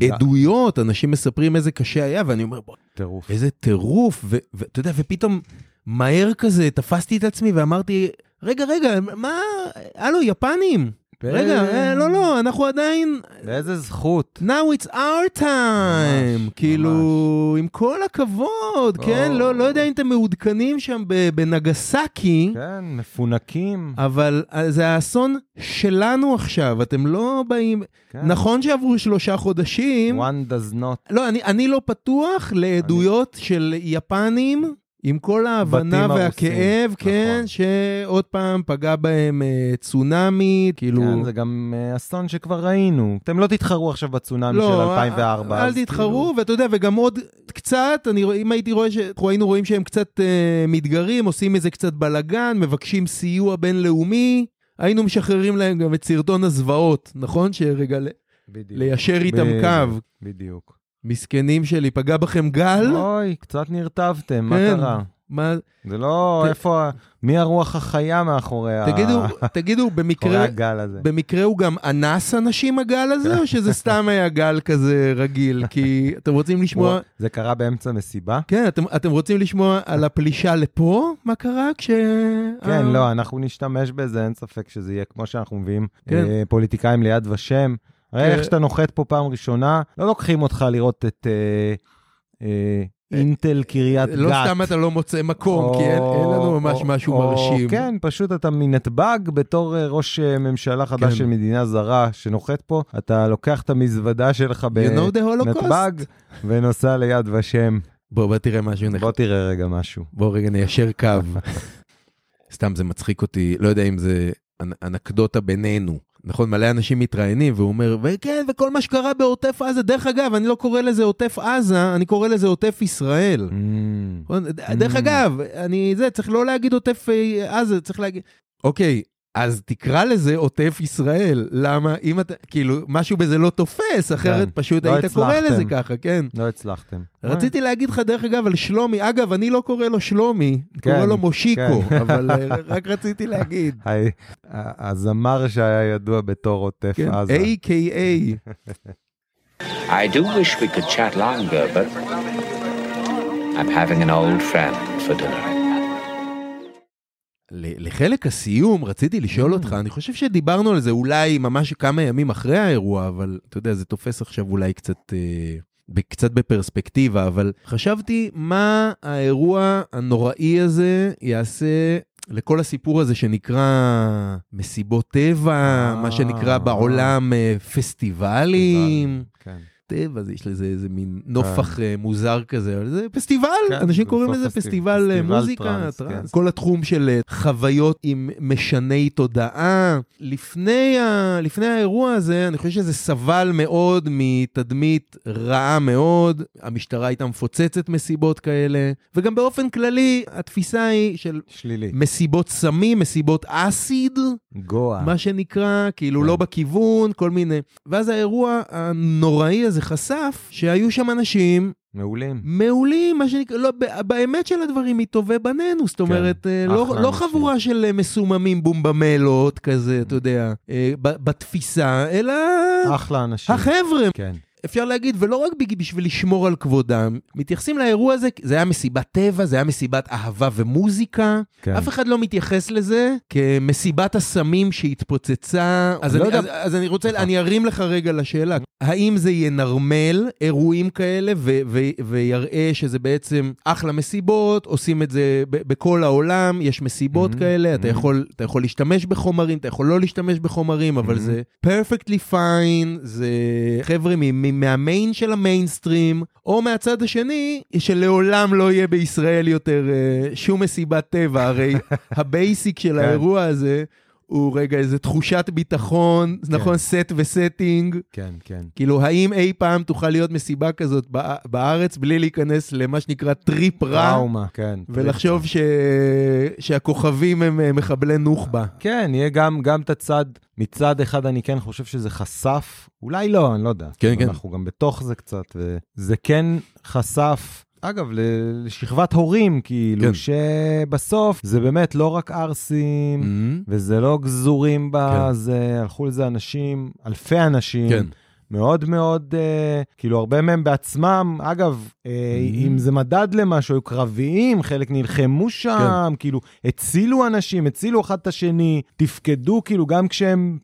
Speaker 1: ועדויות, אנשים מספרים איזה קשה היה, ואני אומר, "בוא,
Speaker 2: טירוף.
Speaker 1: איזה טירוף, ו- ואתה יודע, ופתאום מהר כזה תפסתי את עצמי ואמרתי, רגע, רגע, מה, הלו, יפנים, רגע,
Speaker 2: כן.
Speaker 1: אה, לא, לא, אנחנו עדיין,
Speaker 2: באיזה זכות.
Speaker 1: now it's our time,
Speaker 2: ממש.
Speaker 1: כאילו, עם כל הכבוד, כן,
Speaker 2: או.
Speaker 1: לא, לא יודע אם אתם מעודכנים שם ב- בנגסקי.
Speaker 2: כן, מפונקים.
Speaker 1: אבל אה, זה האסון שלנו עכשיו, אתם לא באים...
Speaker 2: כן.
Speaker 1: נכון שעברו שלושה חודשים,
Speaker 2: One does not.
Speaker 1: לא, אני, אני לא פתוח לעדויות של יפנים, עם כל ההבנה
Speaker 2: בתים
Speaker 1: והכאב,
Speaker 2: הרוסים,
Speaker 1: כן,
Speaker 2: נכון.
Speaker 1: שעוד פעם פגע בהם אה, צונאמי, כאילו...
Speaker 2: כן, זה גם אה, אסון שכבר ראינו. אתם לא תתחרו עכשיו בצונאמי של 2004.
Speaker 1: לא, אה, אל
Speaker 2: אז כאילו-
Speaker 1: תתחרו, ואתה יודע, וגם עוד קצת, אני, רוא- אם הייתי רואה, ש- אנחנו היינו רואים שהם קצת אה, מתגרים, עושים איזה קצת בלאגן, מבקשים סיוע בינלאומי, היינו משחררים להם גם את סרטון הזוועות, נכון? שרגע, ל-
Speaker 2: כאילו, בדיוק.
Speaker 1: ליישר איתם
Speaker 2: בדיוק,
Speaker 1: קו.
Speaker 2: בדיוק.
Speaker 1: מסכנים שלי, פגע בכם גל?
Speaker 2: אוי, קצת נרטבתם, מה
Speaker 1: כן.
Speaker 2: קרה?
Speaker 1: מה,
Speaker 2: זה לא
Speaker 1: ת-
Speaker 2: איפה, ה- מי הרוח החיה מאחורי ה-
Speaker 1: תגידו,
Speaker 2: אה.
Speaker 1: תגידו,
Speaker 2: מאחורי
Speaker 1: במקרה...
Speaker 2: הגל הזה.
Speaker 1: במקרה הוא גם אנס אנשים הגל הזה, או
Speaker 2: [LAUGHS]
Speaker 1: שזה סתם היה גל כזה רגיל? כי אתם רוצים לשמוע...
Speaker 2: הוא- זה קרה באמצע מסיבה?
Speaker 1: כן, אתם, אתם רוצים לשמוע על הפלישה לפה? מה קרה כש...
Speaker 2: כן,
Speaker 1: אה.
Speaker 2: לא, אנחנו נשתמש בזה, אין ספק שזה יהיה כמו שאנחנו מביאים
Speaker 1: כן.
Speaker 2: אה, פוליטיקאים ליד ושם. הרי
Speaker 1: כן.
Speaker 2: איך שאתה נוחת פה פעם ראשונה, לא לוקחים אותך לראות את אה, אה, אינטל קריית גת.
Speaker 1: לא סתם אתה לא מוצא מקום, כי אין, אין לנו ממש
Speaker 2: או-
Speaker 1: משהו
Speaker 2: או-
Speaker 1: מרשים.
Speaker 2: כן, פשוט אתה מנתב"ג בתור אה, ראש אה, ממשלה חדש
Speaker 1: כן.
Speaker 2: של מדינה זרה שנוחת פה, אתה לוקח את המזוודה שלך
Speaker 1: know the Holocaust.
Speaker 2: בנתב"ג ונוסע ליד ושם.
Speaker 1: בוא, בוא תראה משהו נכון.
Speaker 2: בוא תראה רגע משהו.
Speaker 1: בוא רגע ניישר קו. [LAUGHS] סתם זה מצחיק אותי, לא יודע אם זה אנ- אנקדוטה בינינו. נכון, מלא אנשים מתראיינים, והוא אומר, וכן, וכל מה שקרה בעוטף עזה, דרך אגב, אני לא קורא לזה עוטף עזה, אני קורא לזה עוטף ישראל.
Speaker 2: Mm.
Speaker 1: נכון? דרך
Speaker 2: Mm.
Speaker 1: אגב, אני זה, צריך לא להגיד עוטף אה, עזה, צריך להגיד... אוקיי, אז תקרא לזה עוטף ישראל. למה? אם אתה, כאילו, משהו בזה לא תופס, אחרת
Speaker 2: כן,
Speaker 1: פשוט
Speaker 2: לא
Speaker 1: היית קורא
Speaker 2: הצלחתם.
Speaker 1: לזה ככה, כן.
Speaker 2: לא הצלחתם.
Speaker 1: רציתי להגיד לך, דרך אגב, על שלומי, אגב, אני לא קורא לו שלומי,
Speaker 2: כן,
Speaker 1: קורא לו מושיקו,
Speaker 2: כן.
Speaker 1: אבל אה, רק רציתי [LAUGHS] להגיד.
Speaker 2: ה- ה- הזמר שהיה ידוע בתור עוטף
Speaker 1: כן,
Speaker 2: עזה.
Speaker 1: A.K.A.
Speaker 4: I do wish we could chat longer, but I'm having an old friend for dinner.
Speaker 1: ל- לחלק הסיום, רציתי לשאול אותך, אני חושב שדיברנו על זה אולי ממש כמה ימים אחרי האירוע, אבל אתה יודע, זה תופס עכשיו אולי קצת, אה, ב- קצת בפרספקטיבה, אבל חשבתי מה האירוע הנוראי הזה יעשה לכל הסיפור הזה שנקרא מסיבות טבע,
Speaker 2: אה.
Speaker 1: מה שנקרא בעולם אה, פסטיבלים.
Speaker 2: כן.
Speaker 1: טבע, זה- יש לזה איזה מין נופח אה, מוזר כזה, אבל זה פסטיבל,
Speaker 2: כן,
Speaker 1: אנשים
Speaker 2: זה
Speaker 1: קוראים
Speaker 2: בסוף
Speaker 1: לזה
Speaker 2: פסטיב-
Speaker 1: פסטיבל אה,
Speaker 2: פסטיבל
Speaker 1: מוזיקה,
Speaker 2: טראנס,
Speaker 1: טראנס,
Speaker 2: כן.
Speaker 1: כל התחום של אה, חוויות עם משני תודעה. לפני ה- לפני האירוע הזה, אני חושב שזה סבל מאוד מתדמית רעה מאוד, המשטרה הייתה מפוצצת מסיבות כאלה, וגם באופן כללי, התפיסה היא של...
Speaker 2: שלילי.
Speaker 1: מסיבות סמים, מסיבות אסיד,
Speaker 2: גואה.
Speaker 1: מה שנקרא, כאילו
Speaker 2: כן.
Speaker 1: לא בכיוון, כל מיני. ואז האירוע הנוראי הזה חשף שהיו שם אנשים
Speaker 2: מעולים.
Speaker 1: מעולים, מה שנקרא, לא, ב- באמת של הדברים, מטובי בנינו, זאת אומרת, אה, לא,
Speaker 2: כן. אחלה
Speaker 1: לא
Speaker 2: אנשים. Mm.
Speaker 1: חבורה של אה, מסוממים בומבמלות כזה, אתה יודע, אה, ב- בתפיסה, אלא
Speaker 2: אחלה אנשים.
Speaker 1: החבר'ה.
Speaker 2: כן.
Speaker 1: אפשר להגיד, ולא רק בג- בשביל לשמור על כבודם, מתייחסים לאירוע הזה, זה היה מסיבת טבע, זה היה מסיבת אהבה ומוזיקה,
Speaker 2: כן.
Speaker 1: אף אחד לא מתייחס לזה כמסיבת הסמים שהתפוצצה. אז,
Speaker 2: לא
Speaker 1: אני,
Speaker 2: יודע-
Speaker 1: אז, אז אני רוצה, אני ארים לך רגע לשאלה, האם זה ינרמל אירועים כאלה ו- ו- ויראה שזה בעצם אחלה מסיבות, עושים את זה ב- בכל העולם, יש מסיבות
Speaker 2: Mhm,
Speaker 1: כאלה, אתה
Speaker 2: mhm.
Speaker 1: יכול, אתה יכול להשתמש בחומרים, אתה יכול לא להשתמש בחומרים, אבל
Speaker 2: Mhm.
Speaker 1: זה perfectly fine, זה חבר'ה מ- מ- מהמיין של המיינסטרים, או מהצד השני, שלעולם לא יהיה בישראל יותר אה, שום מסיבת טבע,
Speaker 2: [LAUGHS]
Speaker 1: הרי הבייסיק של
Speaker 2: כן.
Speaker 1: האירוע הזה הוא רגע איזה תחושת ביטחון, זה נכון, סט וסטינג.
Speaker 2: כן, כן.
Speaker 1: כאילו, האם אי פעם תוכל להיות מסיבה כזאת בא- בארץ בלי להיכנס למה שנקרא טריפ רע,
Speaker 2: טראומה, כן.
Speaker 1: ולחשוב ש... שהכוכבים הם אה, מחבלי נוח'בה?
Speaker 2: כן, יהיה גם, גם את הצד, מצד אחד אני כן חושב שזה חשף, אולי לא, אני לא יודע.
Speaker 1: כן, כן.
Speaker 2: אנחנו גם בתוך זה קצת, וזה כן חשף, אגב, ל- לשכבת הורים, כאילו,
Speaker 1: כן.
Speaker 2: כן. שבסוף זה באמת לא רק ערסים, וזה לא גזורים בה,
Speaker 1: Mm. כן.
Speaker 2: כן. זה, הלכו לזה אנשים, אלפי אנשים.
Speaker 1: כן.
Speaker 2: מאוד מאוד, אה, כאילו הרבה מהם בעצמם, אגב, אה, אם זה מדד למשהו, היו קרביים, חלק נלחמו שם, כאילו הצילו אנשים, הצילו אחד את השני, תפקדו כאילו גם כשהם,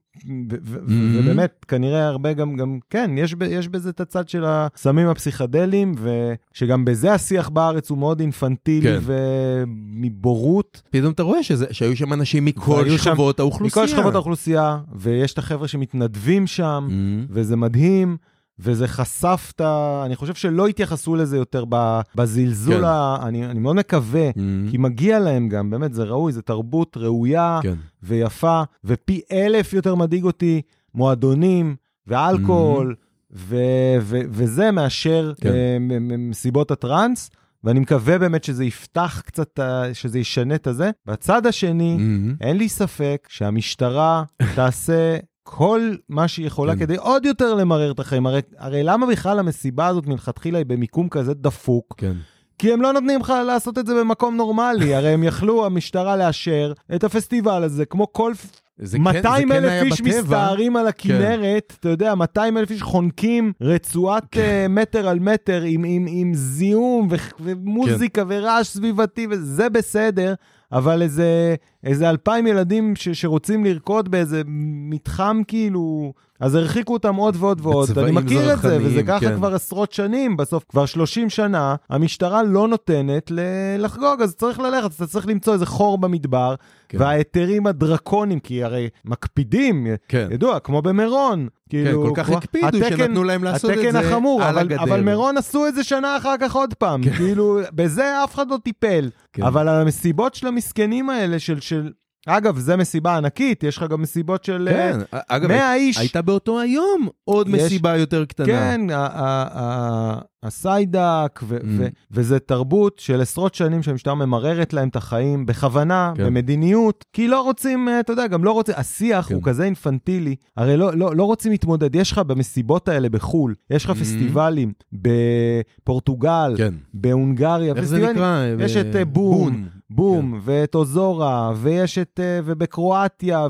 Speaker 2: ו- ו-
Speaker 1: Mhm.
Speaker 2: ובאמת, כנראה הרבה גם, גם כן, יש, ב- יש בזה את הצד של הסמים הפסיכדליים, ושגם בזה השיח בארץ הוא מאוד אינפנטילי
Speaker 1: כן.
Speaker 2: ומבורות.
Speaker 1: פתאום אתה רואה שזה, שהיו שם אנשים מכל
Speaker 2: והיו שם-
Speaker 1: שכבות האוכלוסייה.
Speaker 2: מכל שכבות האוכלוסייה, ויש את החבר'ה שמתנדבים שם.
Speaker 1: Mhm.
Speaker 2: וזה מדהים, וזה חשף את ה... אני חושב שלא התייחסו לזה יותר ב- בזלזול,
Speaker 1: כן.
Speaker 2: כן. ה... אני, אני מאוד מקווה,
Speaker 1: Mhm.
Speaker 2: כי מגיע להם גם, באמת, זה ראוי, זה תרבות ראויה
Speaker 1: כן.
Speaker 2: ויפה, ופי אלף יותר מדאיג אותי מועדונים ואלכוהול, ו- ו- וזה מאשר
Speaker 1: Mm-hmm. כן.
Speaker 2: אה, מ- מ- מסיבות הטראנס. ואני מקווה באמת שזה יפתח קצת, אה, שזה ישנה את הזה. בצד השני,
Speaker 1: Mhm.
Speaker 2: אין לי ספק שהמשטרה תעשה כל מה שהיא יכולה
Speaker 1: כן.
Speaker 2: כדי עוד יותר למרר את החיים. הרי, הרי למה בכלל המסיבה הזאת מלכתחילה היא במיקום כזה דפוק?
Speaker 1: כן.
Speaker 2: כי הם לא נותנים לך לעשות את זה במקום נורמלי, הרי הם יכלו, המשטרה, לאשר את הפסטיבל הזה, כמו כל...
Speaker 1: זה כן- זה
Speaker 2: 200
Speaker 1: כן
Speaker 2: אלף
Speaker 1: היה
Speaker 2: איש
Speaker 1: בטבע. כן.
Speaker 2: מסתערים על הכנרת, אתה יודע, 200 אלף איש חונקים
Speaker 1: כן.
Speaker 2: רצועת אה, מטר על מטר עם, עם, עם זיהום ו- ומוזיקה
Speaker 1: כן.
Speaker 2: ורעש סביבתי, וזה בסדר, אבל איזה, איזה 2,000 ילדים ש, שרוצים לרקוד באיזה מתחם כאילו, אז הרחיקו אותם עוד ועוד ועוד. אני
Speaker 1: בצבעים
Speaker 2: מכיר את זה, וזה
Speaker 1: זרחניים,
Speaker 2: ככה
Speaker 1: כן.
Speaker 2: כבר עשרות שנים, בסוף כבר 30 שנה, המשטרה לא נותנת ל- לחגוג, אז צריך ללכת, אז אתה צריך למצוא איזה חור במדבר,
Speaker 1: כן.
Speaker 2: וההיתרים הדרקוניים, כי הרי מקפידים,
Speaker 1: כן.
Speaker 2: ידוע, כמו במירון. כאילו,
Speaker 1: כל כך
Speaker 2: כמו-
Speaker 1: הקפידו
Speaker 2: התקן-
Speaker 1: שנתנו להם לעשות את
Speaker 2: התקן
Speaker 1: זה
Speaker 2: החמור,
Speaker 1: על
Speaker 2: אבל,
Speaker 1: הגדר.
Speaker 2: אבל מירון עשו את זה שנה אחר כך עוד פעם. כאילו, בזה אף אחד לא טיפל.
Speaker 1: כן.
Speaker 2: אבל על המסיבות של המסכנים האלה, של... של... אגב, זו מסיבה ענקית, יש לך גם מסיבות של אה,
Speaker 1: כן, אגב,
Speaker 2: 100 איש.
Speaker 1: הייתה באותו היום עוד
Speaker 2: יש-
Speaker 1: מסיבה יותר קטנה.
Speaker 2: כן, ה- ה- ה- הסיידק, ו-
Speaker 1: Mm.
Speaker 2: ו- וזה תרבות של עשרות שנים שהמשטרה ממררת להם את החיים בכוונה,
Speaker 1: כן.
Speaker 2: במדיניות, כי לא רוצים, אה, אתה יודע, גם לא רוצים, השיח
Speaker 1: כן.
Speaker 2: הוא כזה אינפנטילי, הרי לא- לא לא רוצים להתמודד. יש לך במסיבות האלה בחו"ל, יש לך
Speaker 1: Mm.
Speaker 2: פסטיבלים בפורטוגל,
Speaker 1: כן.
Speaker 2: בהונגריה,
Speaker 1: איך זה
Speaker 2: פסטיבלים-
Speaker 1: נקרא?
Speaker 2: יש
Speaker 1: אה,
Speaker 2: את אה, בום,
Speaker 1: כן.
Speaker 2: בום, ואת אוזורה, ויש את, אה, ובקרואטיה,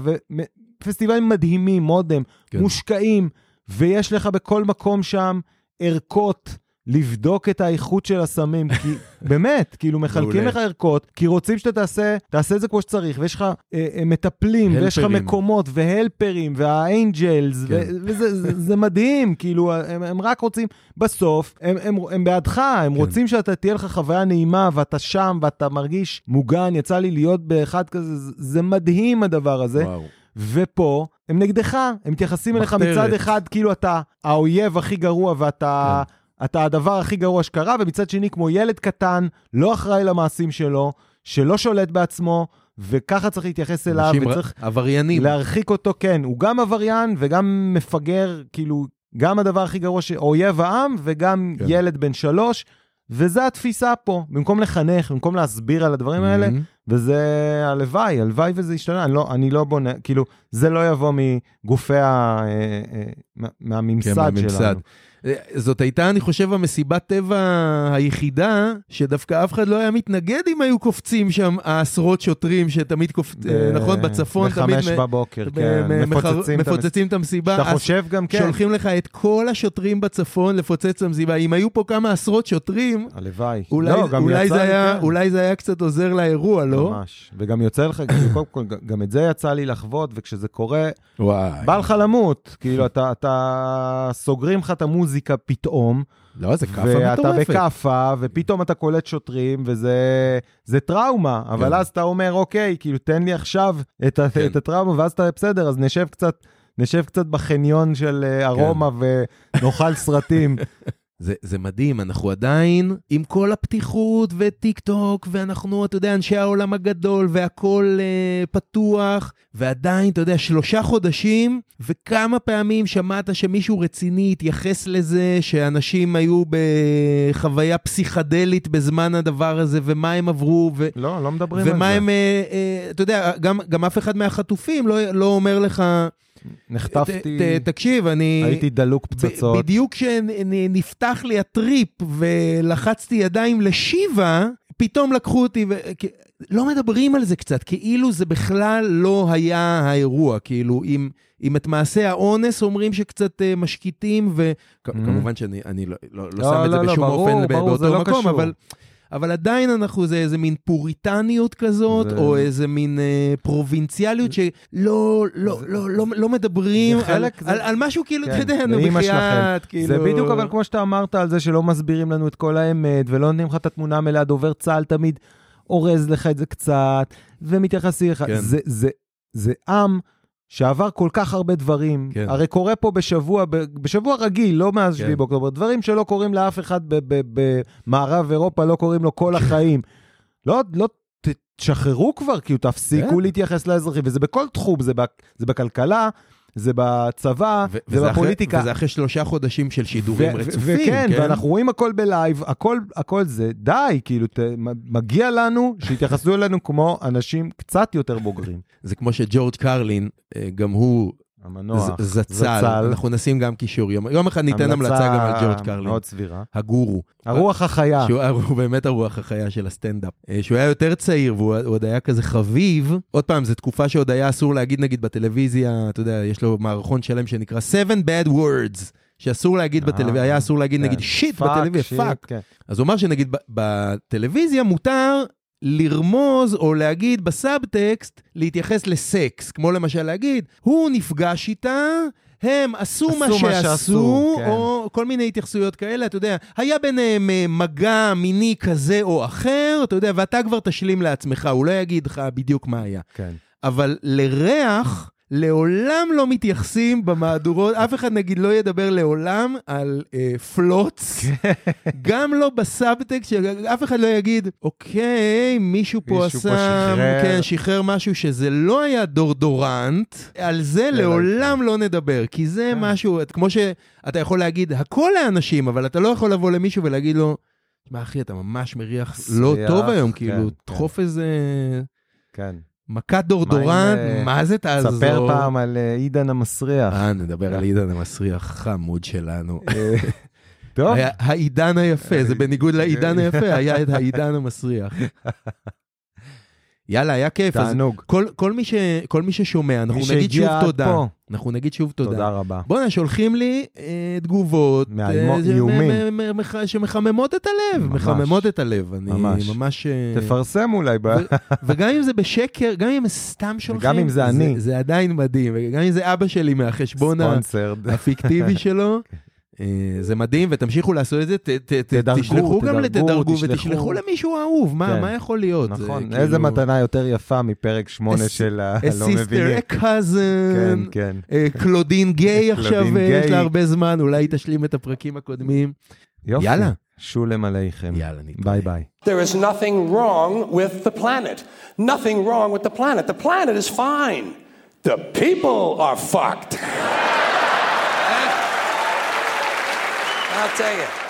Speaker 2: ופסטיבלים מדהימים, מודם,
Speaker 1: כן.
Speaker 2: מושקעים, ויש לך בכל מקום שם ערכות. לבדוק את האיכות של הסמים,
Speaker 1: [LAUGHS]
Speaker 2: כי באמת, כאילו מחלקים
Speaker 1: מעולה.
Speaker 2: לך ערכות, כי רוצים שאתה תעשה, תעשה את זה כמו שצריך, ויש לך אה, אה, מטפלים, ויש לך
Speaker 1: הלפרים.
Speaker 2: מקומות, והלפרים, והאנג'לס,
Speaker 1: כן.
Speaker 2: ו- וזה זה- זה מדהים, כאילו, הם, הם רק רוצים, בסוף, הם, הם, הם בעדך, הם
Speaker 1: כן.
Speaker 2: רוצים שאתה תהיה לך חוויה נעימה, ואתה שם, ואתה מרגיש מוגן, יצא לי להיות באחד כזה, זה- זה מדהים הדבר הזה.
Speaker 1: וואו.
Speaker 2: ופה, הם נגדך, הם מתייחסים אליך
Speaker 1: מחתרת.
Speaker 2: מצד אחד, כאילו אתה האויב הכי גרוע, ואתה...
Speaker 1: כן.
Speaker 2: אתה הדבר הכי גרוע שקרה, ומצד שני, כמו ילד קטן, לא אחראי למעשים שלו, שלא שולט בעצמו, וככה צריך להתייחס אליו,
Speaker 1: אנשים
Speaker 2: וצריך
Speaker 1: ר- עבריינים.
Speaker 2: להרחיק אותו, כן. הוא גם עבריין וגם מפגר, כאילו, גם הדבר הכי גרוע, ש- אויב העם וגם
Speaker 1: כן.
Speaker 2: כן. ילד בן שלוש, וזו התפיסה פה. במקום לחנך, במקום להסביר על הדברים mm-hmm. האלה, וזה הלוואי, הלוואי וזה ישתנה. אני לא, אני לא בונה, כאילו, זה לא יבוא מגופי ה... אה, אה, מה- מהממסד
Speaker 1: כן,
Speaker 2: שלנו.
Speaker 1: מהממסד. זאת הייתה, אני חושב, המסיבת טבע היחידה, שדווקא אף אחד לא היה מתנגד אם היו קופצים שם העשרות שוטרים שתמיד קופצים, נכון? בצפון תמיד...
Speaker 2: בחמש
Speaker 1: מ-
Speaker 2: בבוקר,
Speaker 1: מ-
Speaker 2: כן,
Speaker 1: מ- מחר-
Speaker 2: מפוצצים את המס-
Speaker 1: מפוצצים את המסיבה.
Speaker 2: שאתה
Speaker 1: אז
Speaker 2: חושב גם כן.
Speaker 1: שולחים לך את כל השוטרים בצפון לפוצץ את המסיבה. אם היו פה כמה עשרות שוטרים,
Speaker 2: הלוואי.
Speaker 1: אולי,
Speaker 2: לא, גם
Speaker 1: אולי,
Speaker 2: יצא
Speaker 1: זה,
Speaker 2: לי,
Speaker 1: היה,
Speaker 2: כן.
Speaker 1: אולי זה היה קצת עוזר לאירוע, לא?
Speaker 2: ממש. וגם יוצא לך, קודם כל, גם את זה יצא לי לחוות, וכשזה קורה,
Speaker 1: וואי.
Speaker 2: בא לך למות. כאילו, אתה, אתה סוגרים לך את המוזיקה פתאום,
Speaker 1: לא, זה כאפה
Speaker 2: ואתה
Speaker 1: מטורפת.
Speaker 2: בכאפה, ופתאום אתה קולט שוטרים, וזה זה טראומה. אבל אז אתה אומר, אוקיי, כאילו, תן לי עכשיו את, ה-
Speaker 1: כן.
Speaker 2: את הטראומה, ואז אתה בסדר, אז נשב קצת, נשב קצת בחניון של אה, ארומה ונאכל סרטים.
Speaker 1: זה, זה מדהים, אנחנו עדיין עם כל הפתיחות וטיק טוק, ואנחנו, אתה יודע, אנשי העולם הגדול, והכול אה, פתוח, ועדיין, אתה יודע, שלושה חודשים, וכמה פעמים שמעת שמישהו רציני התייחס לזה, שאנשים היו בחוויה פסיכדלית בזמן הדבר הזה, ומה הם עברו, ו...
Speaker 2: [LAUGHS] לא, לא מדברים על
Speaker 1: ומה
Speaker 2: זה.
Speaker 1: הם, אה, אה, אתה יודע, גם, גם אף אחד מהחטופים לא, לא אומר לך,
Speaker 2: נחטפתי,
Speaker 1: ת, ת, תקשיב, אני...
Speaker 2: הייתי דלוק
Speaker 1: ב-
Speaker 2: פצצות.
Speaker 1: בדיוק כשנפתח לי הטריפ ולחצתי ידיים לשיבה, פתאום לקחו אותי, ו... כי- לא מדברים על זה קצת, כאילו זה בכלל לא היה האירוע, כאילו אם, אם את מעשה האונס אומרים שקצת אה, משקיטים, וכמובן שאני אני לא, לא, לא,
Speaker 2: Mm-hmm. לא,
Speaker 1: שם את זה
Speaker 2: לא, לא,
Speaker 1: בשום
Speaker 2: ברור,
Speaker 1: אופן ב-
Speaker 2: ברור, זה
Speaker 1: באותו
Speaker 2: לא
Speaker 1: מקום,
Speaker 2: קשור.
Speaker 1: אבל... אבל עדיין אנחנו, זה איזה מין פוריטניות כזאת,
Speaker 2: זה-
Speaker 1: או איזה מין אה, פרובינציאליות שלא לא, לא, לא, לא מדברים
Speaker 2: זה חלק,
Speaker 1: על,
Speaker 2: זה-
Speaker 1: על, על משהו כאילו, אתה
Speaker 2: כן,
Speaker 1: יודע,
Speaker 2: זה
Speaker 1: נו
Speaker 2: אימא
Speaker 1: בחייאת,
Speaker 2: שלכם.
Speaker 1: כאילו...
Speaker 2: זה בדיוק אבל כמו שאתה אמרת על זה שלא מסבירים לנו את כל האמת ולא נותנים לך את התמונה המלאה, דובר צה"ל תמיד אורז לך את זה קצת ומתייחסים לך.
Speaker 1: כן.
Speaker 2: זה, זה, זה עם שעבר כל כך הרבה דברים.
Speaker 1: כן.
Speaker 2: הרי קורה פה בשבוע, ב- בשבוע רגיל, לא מאז 7
Speaker 1: כן.
Speaker 2: באוקטובר, דברים שלא קורים לאף אחד ב- ב- במערב אירופה, לא קוראים לו כל החיים. לא, לא ת- תשחררו כבר, כאילו תפסיקו
Speaker 1: כן.
Speaker 2: להתייחס לאזרחים, וזה בכל תחום, זה, בכ- זה בכלכלה, זה בצבא,
Speaker 1: ו-
Speaker 2: זה
Speaker 1: וזה אחרי-
Speaker 2: בפוליטיקה.
Speaker 1: וזה אחרי שלושה חודשים של שידורים
Speaker 2: ו- ו-
Speaker 1: רצופים,
Speaker 2: וכן,
Speaker 1: כן?
Speaker 2: ואנחנו רואים הכל בלייב, הכל, הכל זה, די, כאילו, ת, מ- מגיע לנו שיתייחסו אלינו כמו אנשים קצת יותר [LAUGHS] בוגרים.
Speaker 1: זה כמו שג'ורג' קרלין, אה, גם הוא
Speaker 2: המנוח,
Speaker 1: ז- זצ"ל, אנחנו נשים גם קישור, יום יום אחד ניתן המלצה גם על ג'ורג' קרלין,
Speaker 2: מאוד סבירה.
Speaker 1: הגורו.
Speaker 2: הרוח החיה.
Speaker 1: שהוא היה- הוא באמת הרוח החיה של הסטנדאפ. אה, שהוא היה יותר צעיר והוא הוא עוד היה כזה חביב. עוד פעם, זו תקופה שעוד היה אסור להגיד נגיד בטלוויזיה, אתה יודע, יש לו מערכון שלם שנקרא 7 bad words, שאסור להגיד
Speaker 2: אה,
Speaker 1: בטלוויזיה, היה אסור להגיד
Speaker 2: כן.
Speaker 1: נגיד שיט
Speaker 2: פאק,
Speaker 1: בטלוויזיה,
Speaker 2: שיט,
Speaker 1: פאק.
Speaker 2: כן.
Speaker 1: אז הוא אמר שנגיד ב- בטלוויזיה מותר לרמוז או להגיד בסאבטקסט, להתייחס לסקס, כמו למשל להגיד, הוא נפגש איתה. הם עשו,
Speaker 2: עשו
Speaker 1: מה
Speaker 2: מה
Speaker 1: שעשו,
Speaker 2: שעשו, כן.
Speaker 1: או כל מיני התייחסויות כאלה, אתה יודע, היה ביניהם אה, מגע מיני כזה או אחר, אתה יודע, ואתה כבר תשלים לעצמך, הוא לא יגיד לך בדיוק מה היה.
Speaker 2: כן.
Speaker 1: אבל לריח לעולם לא מתייחסים במהדורות, אף אחד נגיד לא ידבר לעולם על אה, פלוץ,
Speaker 2: כן.
Speaker 1: גם לא בסאבטקסט, אף אחד לא יגיד, אוקיי, מישהו פה
Speaker 2: מישהו
Speaker 1: עשה,
Speaker 2: פה שחרר."
Speaker 1: כן, שחרר משהו שזה לא היה דורדורנט, על זה
Speaker 2: לא
Speaker 1: לעולם לא נדבר, כי זה
Speaker 2: כן.
Speaker 1: משהו, את- כמו שאתה יכול להגיד הכל לאנשים, אבל אתה לא יכול לבוא למישהו ולהגיד לו, מה אחי, אתה ממש מריח לא
Speaker 2: מסריח,
Speaker 1: טוב היום,
Speaker 2: כן,
Speaker 1: כאילו,
Speaker 2: כן.
Speaker 1: תדחוף איזה...
Speaker 2: כן.
Speaker 1: מכת דורדורן,
Speaker 2: מה עם, אה,
Speaker 1: מה זה תעזור?
Speaker 2: ספר פעם על אה, עידן המסריח.
Speaker 1: אה, נדבר על עידן המסריח, חמוד שלנו.
Speaker 2: אה, [LAUGHS] טוב,
Speaker 1: היה- העידן היפה, זה בניגוד לעידן היפה, היה את העידן המסריח.
Speaker 2: [LAUGHS]
Speaker 1: יאללה, היה כיף. אז
Speaker 2: תענוג.
Speaker 1: כל- כל מי ש- כל מי ששומע, אנחנו
Speaker 2: מי
Speaker 1: נגיד שוב
Speaker 2: שהגיע עד
Speaker 1: תודה.
Speaker 2: פה.
Speaker 1: אנחנו נגיד שוב
Speaker 2: תודה
Speaker 1: תודה.
Speaker 2: רבה.
Speaker 1: בואנה, שולחים לי אה, תגובות.
Speaker 2: מאיימו-
Speaker 1: אה, זה-
Speaker 2: איומים.
Speaker 1: מ- מ- מ- שמחממות את הלב,
Speaker 2: ממש.
Speaker 1: מחממות את הלב. אני
Speaker 2: ממש.
Speaker 1: ממש... אה,
Speaker 2: תפרסם אולי, ב-
Speaker 1: ו- וגם אם זה בשקר, גם אם סתם שולחים,
Speaker 2: וגם אם זה אני.
Speaker 1: זה, זה עדיין מדהים, וגם אם זה אבא שלי מהחשבון ה-
Speaker 2: ספונסרד. [LAUGHS]
Speaker 1: הפיקטיבי שלו, אה, זה מדהים, ותמשיכו לעשות את זה, ת- ת- ת-
Speaker 2: תדרגו,
Speaker 1: תשלחו גם
Speaker 2: תדרגו,
Speaker 1: לתדרגו
Speaker 2: תשלחו.
Speaker 1: ותשלחו למישהו אהוב, מה
Speaker 2: כן.
Speaker 1: מה יכול להיות? זה
Speaker 2: נכון,
Speaker 1: כאילו-
Speaker 2: איזה מתנה יותר יפה מפרק 8
Speaker 1: A-
Speaker 2: של
Speaker 1: A
Speaker 2: הלא
Speaker 1: sister,
Speaker 2: מבינים.
Speaker 1: a cousin,
Speaker 2: כן, כן.
Speaker 1: אה, קלודין
Speaker 2: [LAUGHS]
Speaker 1: גיי עכשיו, אה, יש
Speaker 2: גיי.
Speaker 1: לה הרבה זמן, אולי היא תשלים את הפרקים הקודמים.
Speaker 2: יופי.
Speaker 1: יאללה.
Speaker 2: שולם עליכם.
Speaker 1: יאללה, נתראה.
Speaker 2: ביי ביי.
Speaker 5: There is nothing wrong with the planet. Nothing wrong with the planet. The planet is fine. The people are fucked.
Speaker 6: [LAUGHS] I'll tell you.